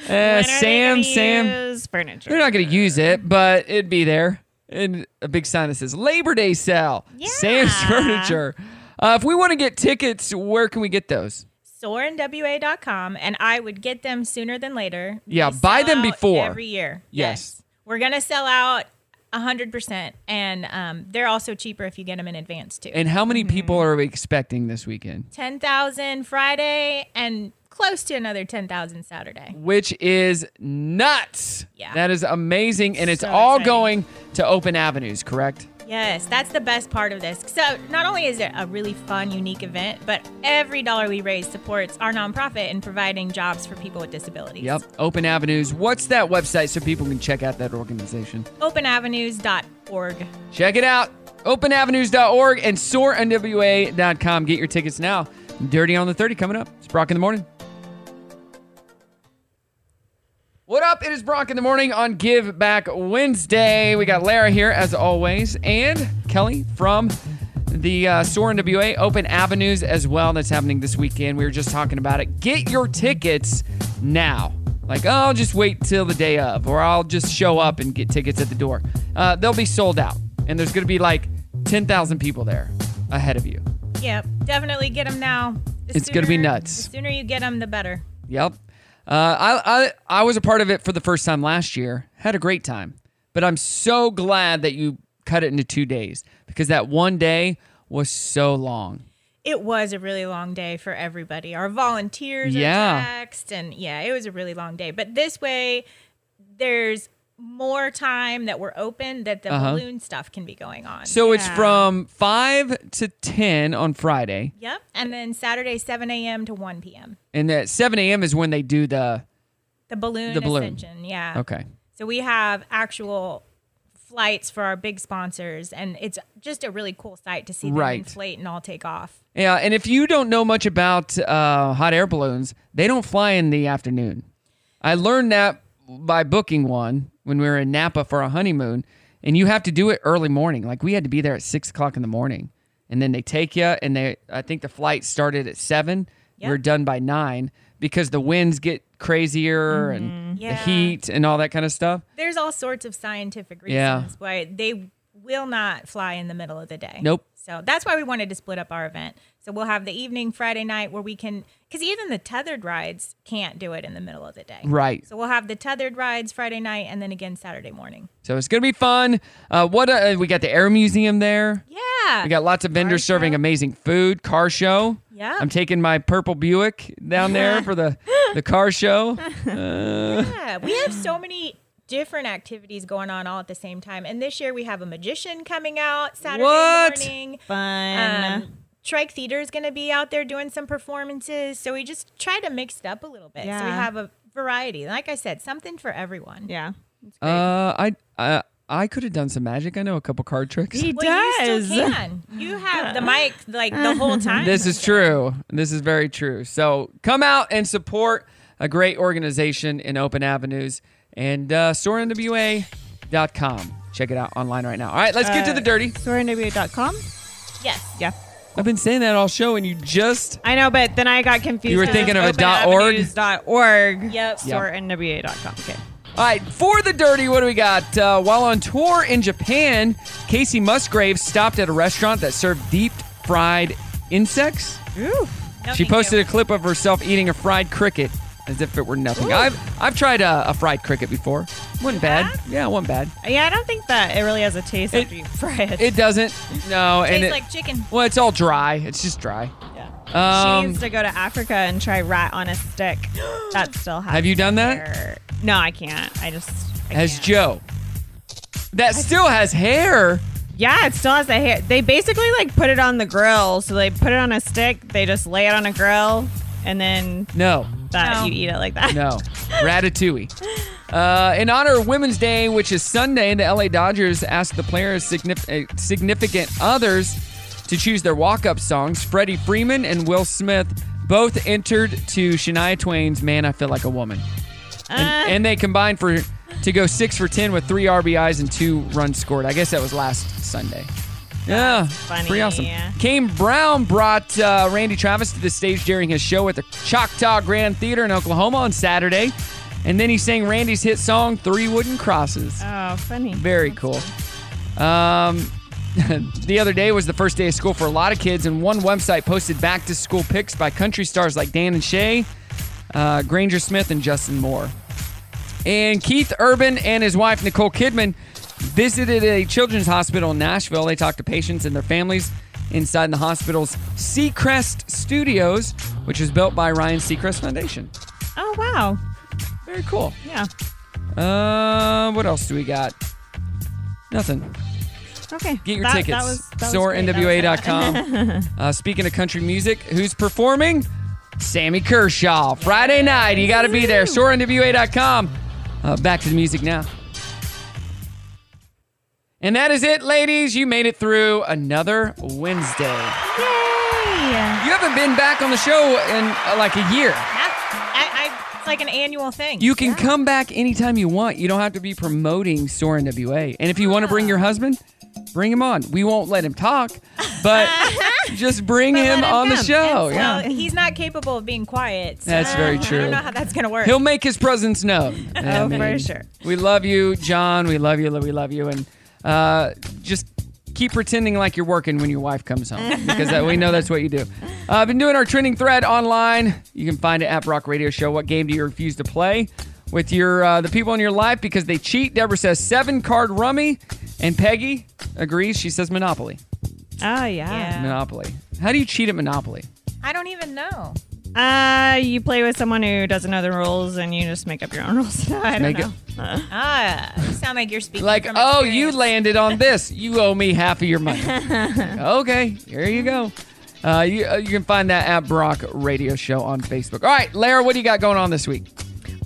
[SPEAKER 1] eh, Sam, Sam.
[SPEAKER 3] furniture.
[SPEAKER 1] They're not going to use it, but it'd be there. And a big sign that says Labor Day sale, Sam's furniture. Uh, if we want to get tickets, where can we get those?
[SPEAKER 6] soarinwa.com and I would get them sooner than later.
[SPEAKER 1] Yeah, buy them
[SPEAKER 6] out
[SPEAKER 1] before.
[SPEAKER 6] every year.
[SPEAKER 1] Yes.
[SPEAKER 6] We're going to sell out 100% and um, they're also cheaper if you get them in advance too.
[SPEAKER 1] And how
[SPEAKER 6] Mm-hmm.
[SPEAKER 1] many people are we expecting this weekend?
[SPEAKER 6] 10,000 Friday and close to another 10,000 Saturday.
[SPEAKER 1] which is nuts.
[SPEAKER 6] Yeah.
[SPEAKER 1] That is amazing. And it's all going to open avenues, correct?
[SPEAKER 6] Yes, that's the best part of this. So, not only is it a really fun, unique event, but every dollar we raise supports our nonprofit in providing jobs for people with disabilities.
[SPEAKER 1] Yep. Open avenues. What's that website so people can check out that organization?
[SPEAKER 6] Openavenues.org.
[SPEAKER 1] Check it out. Openavenues.org and soarnwa.com. Get your tickets now. Dirty on the 30 coming up. It's Brock in the morning. What up? It is Brock in the morning on Give Back Wednesday. We got Lara here as always, and Kelly from the uh, Soar NWA Open Avenues as well. That's happening this weekend. We were just talking about it. Get your tickets now. Like, oh, I'll just wait till the day of, or I'll just show up and get tickets at the door. Uh, they'll be sold out, and there's going to be like 10,000 people there ahead of you.
[SPEAKER 6] Yep, definitely get them now. The
[SPEAKER 1] It's gonna be
[SPEAKER 6] sooner-
[SPEAKER 1] nuts.
[SPEAKER 6] The sooner you get them, the better.
[SPEAKER 1] Yep. Uh, I, I I was a part of it for the first time last year. Had a great time, but I'm so glad that you cut it into two days because that one day was so long.
[SPEAKER 6] It was a really long day for everybody. Our volunteers
[SPEAKER 1] Yeah.
[SPEAKER 6] are taxed, and yeah, it was a really long day. But this way, there's more time that we're open that the
[SPEAKER 1] Uh-huh.
[SPEAKER 6] balloon stuff can be going on.
[SPEAKER 1] So it's from 5 to 10 on Friday.
[SPEAKER 6] Yep. And then Saturday, 7 a.m. to 1 p.m.
[SPEAKER 1] And at 7 a.m. is when they do the.
[SPEAKER 6] The balloon
[SPEAKER 1] The balloon.
[SPEAKER 6] ascension. Yeah.
[SPEAKER 1] Okay.
[SPEAKER 6] So we have actual flights for our big sponsors, and it's just a really cool sight to see them
[SPEAKER 1] Right.
[SPEAKER 6] inflate and all take off.
[SPEAKER 1] Yeah. And if you don't know much about uh, hot air balloons, they don't fly in the afternoon. I learned that by booking one when we were in Napa for our honeymoon. And you have to do it early morning. Like we had to be there at six o'clock in the morning. And then they take you, and they, I think the flight started at seven. We We're
[SPEAKER 6] Yep.
[SPEAKER 1] done by nine because the winds get crazier and the
[SPEAKER 6] Yeah.
[SPEAKER 1] heat and all that kind of stuff.
[SPEAKER 6] There's all sorts of scientific reasons
[SPEAKER 1] Yeah.
[SPEAKER 6] why they will not fly in the middle of the day.
[SPEAKER 1] Nope.
[SPEAKER 6] So that's why we wanted to split up our event. So we'll have the evening Friday night where we can, because even the tethered rides can't do it in the middle of the day.
[SPEAKER 1] Right.
[SPEAKER 6] So we'll have the tethered rides Friday night and then again Saturday morning.
[SPEAKER 1] So it's gonna be fun. Uh, what uh, we got the air museum there.
[SPEAKER 6] Yeah.
[SPEAKER 1] We got lots of vendors serving amazing food. Car show.
[SPEAKER 6] Yeah.
[SPEAKER 1] I'm taking my purple Buick down there for the the car show. Uh,
[SPEAKER 6] Yeah, we have so many different activities going on all at the same time. And this year we have a magician coming out Saturday
[SPEAKER 3] What?
[SPEAKER 6] morning.
[SPEAKER 3] Fun.
[SPEAKER 6] Um, Trike Theater is going to be out there doing some performances. So we just try to mix it up a little bit. So we
[SPEAKER 3] Yeah.
[SPEAKER 6] have a variety. Like I said, something for everyone.
[SPEAKER 3] Yeah.
[SPEAKER 1] uh, I uh, I could have done some magic. I know a couple card tricks.
[SPEAKER 6] You still can. You have the mic like the whole time.
[SPEAKER 1] This is true. This is very true. So come out and support a great organization in Open Avenues and uh, soarinwa.com. Check it out online right now. All right, let's get to
[SPEAKER 3] Uh,
[SPEAKER 1] the dirty.
[SPEAKER 3] SoaringW.com?
[SPEAKER 6] Yes.
[SPEAKER 3] Yeah.
[SPEAKER 1] I've been saying that all show, and you just
[SPEAKER 3] I know, but then I got confused.
[SPEAKER 1] You were
[SPEAKER 3] 'cause
[SPEAKER 1] thinking of a
[SPEAKER 3] it's
[SPEAKER 1] dot org?
[SPEAKER 3] openavenues Dot org.
[SPEAKER 6] Yep.
[SPEAKER 3] SoaringW.com. Okay.
[SPEAKER 1] All right, for the dirty, what do we got? Uh, while on tour in Japan, Casey Musgrave stopped at a restaurant that served deep fried insects.
[SPEAKER 3] Ooh.
[SPEAKER 1] she posted a clip of herself eating a fried cricket as if it were nothing. I've I've tried a, a fried cricket before. wasn't bad. Yeah, it wasn't bad.
[SPEAKER 3] Yeah, I don't think that it really has a taste after you fry it.
[SPEAKER 1] It doesn't. No, and
[SPEAKER 3] Tastes
[SPEAKER 1] it,
[SPEAKER 3] like chicken.
[SPEAKER 1] Well, it's all dry. It's just dry. Yeah.
[SPEAKER 3] she
[SPEAKER 1] Um,
[SPEAKER 3] needs to go to Africa and try rat on a stick. That still happens.
[SPEAKER 1] have you done that?
[SPEAKER 3] there. No, I can't. I just. I
[SPEAKER 1] As Joe, that still has hair.
[SPEAKER 3] Yeah, it still has the hair. They basically like put it on the grill. So they put it on a stick. They just lay it on a grill, and then
[SPEAKER 1] No.
[SPEAKER 3] that you eat it like that.
[SPEAKER 1] No. Ratatouille. Uh, in honor of Women's Day, which is Sunday, the LA Dodgers asked the players' signif- uh, significant others to choose their walk up songs. Freddie Freeman and Will Smith both entered to Shania Twain's Man, I Feel Like a Woman. And, and they combined for to go six for 10 with three RBIs and two runs scored. I guess that was last Sunday. Yeah,
[SPEAKER 3] funny,
[SPEAKER 1] pretty awesome.
[SPEAKER 3] yeah.
[SPEAKER 1] Kane Brown brought uh, Randy Travis to the stage during his show at the Choctaw Grand Theater in Oklahoma on Saturday, and then he sang Randy's hit song Three Wooden Crosses.
[SPEAKER 3] Oh, funny.
[SPEAKER 1] Very cool. Um, the other day was the first day of school for a lot of kids, and one website posted back to school pics by country stars like Dan and Shay, uh, Granger Smith, and Justin Moore. And Keith Urban and his wife, Nicole Kidman, visited a children's hospital in Nashville. They talked to patients and their families inside the hospital's Seacrest Studios, which was built by Ryan Seacrest Foundation.
[SPEAKER 3] Oh wow.
[SPEAKER 1] Very cool.
[SPEAKER 3] Yeah.
[SPEAKER 1] Uh, what else do we got? Nothing.
[SPEAKER 3] Okay.
[SPEAKER 1] Get your
[SPEAKER 3] That- that was-
[SPEAKER 1] tickets.
[SPEAKER 3] that was great. That was-
[SPEAKER 1] SoarNWA.com. uh, speaking of country music, who's performing? Sammy Kershaw. Friday night. You got to be there. SoarNWA.com. Uh, back to the music now. And that is it, ladies. You made it through another Wednesday.
[SPEAKER 6] Yay!
[SPEAKER 1] You haven't been back on the show in uh, like a year.
[SPEAKER 6] I, I, it's like an annual thing.
[SPEAKER 1] You can come back anytime you want. You don't have to be promoting Soren WA. And if you want to bring your husband, bring him on. We won't let him talk, but just bring him on the show.
[SPEAKER 6] yeah.
[SPEAKER 1] yeah.
[SPEAKER 6] he's not capable of being quiet. so
[SPEAKER 1] That's very
[SPEAKER 6] I
[SPEAKER 1] true.
[SPEAKER 6] don't know how that's going to work.
[SPEAKER 1] He'll make his presence known. I
[SPEAKER 6] Oh, for
[SPEAKER 1] mean,
[SPEAKER 6] sure.
[SPEAKER 1] We love you, John. We love you. We love you. And uh, just keep pretending like you're working when your wife comes home because that, we know that's what you do. Uh, I've been doing our trending thread online. You can find it at Rock Radio Show. What game do you refuse to play with your uh, the people in your life because they cheat? Deborah says seven card rummy, and Peggy agrees. She says Monopoly.
[SPEAKER 3] Oh yeah.
[SPEAKER 1] Monopoly. How do you cheat at Monopoly?
[SPEAKER 6] I don't even know.
[SPEAKER 3] Uh, you play with someone who doesn't know the rules, and you just make up your own rules. I don't
[SPEAKER 1] Make
[SPEAKER 3] know.
[SPEAKER 6] Ah, you sound like you're speaking.
[SPEAKER 1] Like, oh, you landed on this. You owe me half of your money. okay, here you go. Uh, you, uh, you can find that at Brock Radio Show on Facebook. All right, Lara, what do you got going on this week?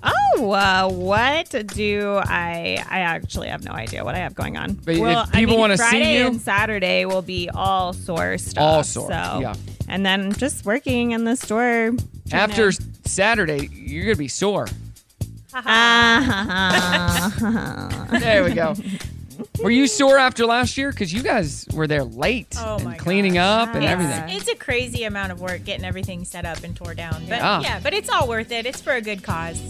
[SPEAKER 3] Oh, uh, what do I? I actually have no idea what I have going on.
[SPEAKER 1] But if people
[SPEAKER 3] mean,
[SPEAKER 1] wanna see
[SPEAKER 3] Friday
[SPEAKER 1] you-
[SPEAKER 3] and Saturday will be all store stuff.
[SPEAKER 1] All store,
[SPEAKER 3] so-
[SPEAKER 1] yeah.
[SPEAKER 3] And then just working in the store.
[SPEAKER 1] After Saturday, you're going to be sore.
[SPEAKER 3] Ah,
[SPEAKER 1] There we go. Were you sore after last year? Because you guys were there late
[SPEAKER 6] Oh my
[SPEAKER 1] and cleaning up and
[SPEAKER 6] it's,
[SPEAKER 1] everything.
[SPEAKER 6] It's a crazy amount of work getting everything set up and tore down. But
[SPEAKER 1] Yeah.
[SPEAKER 6] yeah, but it's all worth it. It's for a good cause.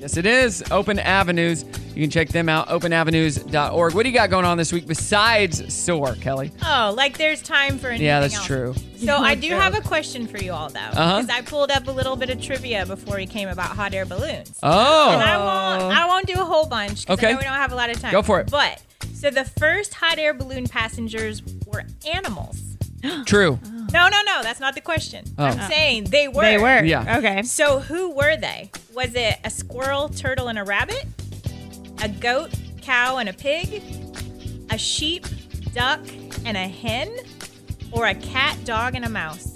[SPEAKER 1] Yes, it is. Open Avenues. You can check them out, openavenues.org. What do you got going on this week besides sore, Kelly?
[SPEAKER 6] Oh, like there's time for anything
[SPEAKER 1] Yeah, that's
[SPEAKER 6] else.
[SPEAKER 1] true.
[SPEAKER 6] So I do have a question for you all though,
[SPEAKER 1] Uh-huh.
[SPEAKER 6] because I pulled up a little bit of trivia before we came about hot air balloons.
[SPEAKER 1] Oh.
[SPEAKER 6] And I won't. I won't do a whole bunch. 'cause
[SPEAKER 1] Okay.
[SPEAKER 6] I know we don't have a lot of time.
[SPEAKER 1] Go for it.
[SPEAKER 6] But so the first hot air balloon passengers were animals.
[SPEAKER 1] True.
[SPEAKER 6] No, no, no. That's not the question.
[SPEAKER 1] Oh.
[SPEAKER 6] I'm saying Oh. they were.
[SPEAKER 1] They were. Yeah.
[SPEAKER 3] Okay.
[SPEAKER 6] So who were they? Was it a squirrel, turtle, and a rabbit? A goat, cow, and a pig? A sheep, duck, and a hen? Or a cat, dog, and a mouse?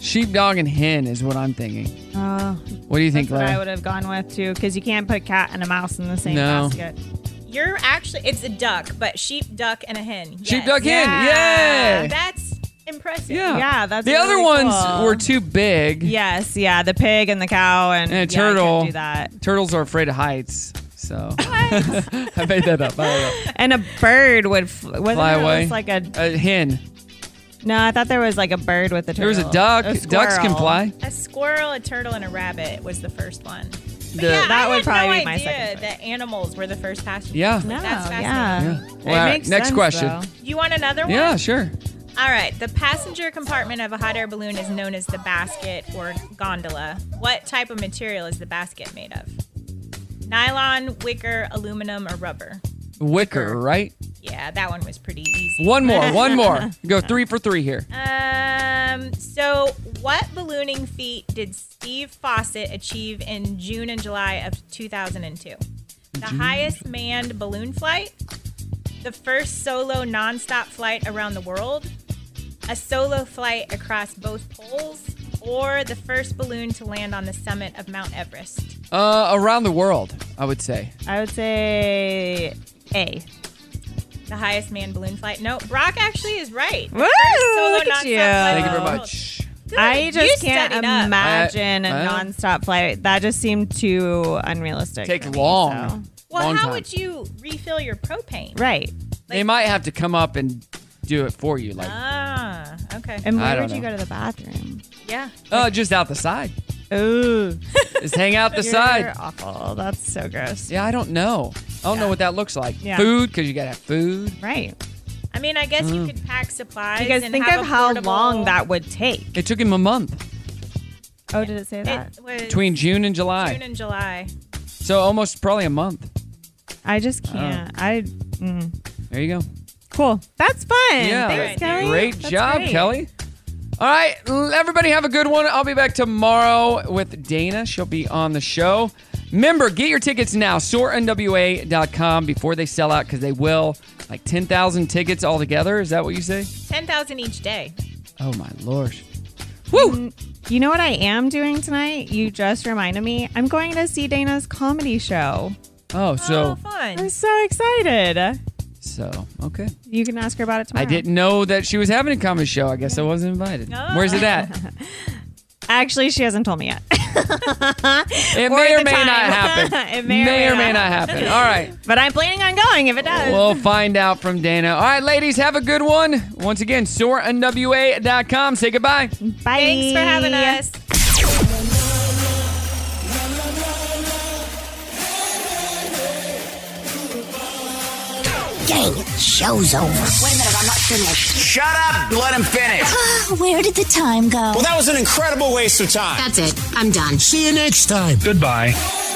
[SPEAKER 1] Sheepdog and hen is what I'm thinking.
[SPEAKER 3] Oh,
[SPEAKER 1] What do you think,
[SPEAKER 3] that's what I
[SPEAKER 1] Larry?
[SPEAKER 3] would have gone with too, because you can't put cat and a mouse in the same
[SPEAKER 1] No.
[SPEAKER 3] basket.
[SPEAKER 6] You're actually, it's a duck, but sheep, duck, and a hen. Yes.
[SPEAKER 1] Sheep, duck, hen. Yeah. Yay.
[SPEAKER 6] That's impressive.
[SPEAKER 1] Yeah.
[SPEAKER 3] Yeah, that's
[SPEAKER 1] the other
[SPEAKER 3] really
[SPEAKER 1] ones
[SPEAKER 3] cool.
[SPEAKER 1] were too big.
[SPEAKER 3] Yes, uh, yeah, the pig and the cow
[SPEAKER 1] And
[SPEAKER 3] and,
[SPEAKER 1] a
[SPEAKER 3] yeah, you can't
[SPEAKER 1] turtle.
[SPEAKER 3] do that.
[SPEAKER 1] Turtles are afraid of heights. So I made that up. I don't know.
[SPEAKER 3] And a bird would f- wasn't
[SPEAKER 1] Fly
[SPEAKER 3] there
[SPEAKER 1] away.
[SPEAKER 3] was like a
[SPEAKER 1] A hen.
[SPEAKER 3] no. I thought there was like a bird with a turtle.
[SPEAKER 1] There was a duck. Ducks can
[SPEAKER 3] squirrel.
[SPEAKER 1] fly.
[SPEAKER 6] A squirrel, a turtle, and a rabbit was the first one.
[SPEAKER 1] The-
[SPEAKER 6] But yeah,
[SPEAKER 3] That
[SPEAKER 6] I
[SPEAKER 3] would
[SPEAKER 6] had
[SPEAKER 3] probably
[SPEAKER 6] no
[SPEAKER 3] be my
[SPEAKER 6] idea
[SPEAKER 3] second
[SPEAKER 6] that animals were the first passengers.
[SPEAKER 1] Yeah.
[SPEAKER 6] Like,
[SPEAKER 1] No,
[SPEAKER 6] that's fascinating.
[SPEAKER 1] Yeah.
[SPEAKER 3] It
[SPEAKER 1] Well, all right,
[SPEAKER 3] makes
[SPEAKER 1] next
[SPEAKER 3] sense,
[SPEAKER 1] question.
[SPEAKER 3] though.
[SPEAKER 6] You want another one?
[SPEAKER 1] Yeah, sure.
[SPEAKER 6] All right. The passenger compartment of a hot air balloon is known as the basket or gondola. What type of material is the basket made of? Nylon, wicker, aluminum, or rubber?
[SPEAKER 1] Wicker, right?
[SPEAKER 6] Yeah, that one was pretty easy.
[SPEAKER 1] One more, one more. Go three for three here.
[SPEAKER 6] Um, so what ballooning feat did Steve Fawcett achieve in June and July of 2002? The
[SPEAKER 1] June.
[SPEAKER 6] highest manned balloon flight, the first solo nonstop flight around the world, a solo flight across both poles, or the first balloon to land on the summit of Mount Everest.
[SPEAKER 1] Uh, around the world, I would say.
[SPEAKER 3] I would say A.
[SPEAKER 6] The highest manned balloon flight. No, Brock actually is right. The
[SPEAKER 3] Woo!
[SPEAKER 6] first solo
[SPEAKER 3] Look at
[SPEAKER 6] nonstop
[SPEAKER 3] you.
[SPEAKER 6] flight
[SPEAKER 1] Thank you very
[SPEAKER 6] around the
[SPEAKER 3] Oh.
[SPEAKER 6] world.
[SPEAKER 1] much.
[SPEAKER 6] Good.
[SPEAKER 3] I
[SPEAKER 6] You
[SPEAKER 3] just can't
[SPEAKER 6] studied up.
[SPEAKER 3] imagine
[SPEAKER 1] I- I-
[SPEAKER 3] a nonstop flight. That just seemed too unrealistic.
[SPEAKER 1] Take
[SPEAKER 3] for me,
[SPEAKER 1] long.
[SPEAKER 6] Well,
[SPEAKER 1] long
[SPEAKER 6] how
[SPEAKER 1] time.
[SPEAKER 6] would you refill your propane?
[SPEAKER 3] so- Right.
[SPEAKER 1] they might have to come up and do it for you,
[SPEAKER 3] Uh.
[SPEAKER 1] like
[SPEAKER 6] Ah, okay.
[SPEAKER 3] And
[SPEAKER 1] I
[SPEAKER 3] where
[SPEAKER 1] don't
[SPEAKER 3] would you
[SPEAKER 1] know.
[SPEAKER 3] go to the bathroom?
[SPEAKER 6] yeah.
[SPEAKER 1] uh, just out the side.
[SPEAKER 3] Ooh.
[SPEAKER 1] Just hang out the
[SPEAKER 3] You're
[SPEAKER 1] side.
[SPEAKER 3] Awful. That's so gross.
[SPEAKER 1] Yeah, I don't know. I don't know what that looks like.
[SPEAKER 3] Yeah.
[SPEAKER 1] Food, because you gotta have food.
[SPEAKER 3] Right.
[SPEAKER 6] I mean, I guess you
[SPEAKER 1] Mm.
[SPEAKER 6] could pack supplies.
[SPEAKER 3] Because
[SPEAKER 6] and
[SPEAKER 3] think
[SPEAKER 6] have
[SPEAKER 3] of
[SPEAKER 6] a
[SPEAKER 3] how
[SPEAKER 6] portable-
[SPEAKER 3] long that would take.
[SPEAKER 1] It took him a month
[SPEAKER 3] Oh, did it say that?
[SPEAKER 6] It was
[SPEAKER 1] between June and July,
[SPEAKER 6] June and July.
[SPEAKER 1] so almost probably a month.
[SPEAKER 3] I just can't.
[SPEAKER 1] Oh.
[SPEAKER 3] I. Mm.
[SPEAKER 1] There you go.
[SPEAKER 3] Cool. That's fun.
[SPEAKER 1] Yeah,
[SPEAKER 3] Thanks, Kelly.
[SPEAKER 1] great
[SPEAKER 3] That's
[SPEAKER 1] job,
[SPEAKER 3] great.
[SPEAKER 1] Kelly. All right, l- everybody have a good one. I'll be back tomorrow with Dana. She'll be on the show. Remember, get your tickets now, soarnwa.com before they sell out because they will. Like 10,000 tickets altogether. Is that what you say?
[SPEAKER 6] 10,000 each day.
[SPEAKER 1] Oh, my lord.
[SPEAKER 3] Woo! You know what I am doing tonight? You just reminded me. I'm going to see Dana's comedy show.
[SPEAKER 1] Oh,
[SPEAKER 6] Oh,
[SPEAKER 1] so,
[SPEAKER 6] fun.
[SPEAKER 3] I'm so excited.
[SPEAKER 1] so, okay.
[SPEAKER 3] You can ask her about it tomorrow.
[SPEAKER 1] I didn't know that she was having a comedy show. I guess I wasn't invited.
[SPEAKER 6] Oh.
[SPEAKER 1] Where's it at?
[SPEAKER 3] Ah. Actually, she hasn't told me yet.
[SPEAKER 1] It
[SPEAKER 3] Or
[SPEAKER 1] may or
[SPEAKER 3] the
[SPEAKER 1] may
[SPEAKER 3] time.
[SPEAKER 1] not happen.
[SPEAKER 3] It may or may
[SPEAKER 1] not
[SPEAKER 3] not.
[SPEAKER 1] happen. All right.
[SPEAKER 3] but I'm planning on going if it does.
[SPEAKER 1] We'll find out from Dana. All right, ladies, have a good one. Once again, soarnwa.com. Say goodbye.
[SPEAKER 3] Bye.
[SPEAKER 6] Thanks for having us.
[SPEAKER 17] Dang it, show's over. Wait a minute, I'm not finished. Shut up, let him finish. Where did the time go?
[SPEAKER 18] Well, that was an incredible waste of time.
[SPEAKER 17] That's it. I'm done.
[SPEAKER 18] See you next time. Goodbye.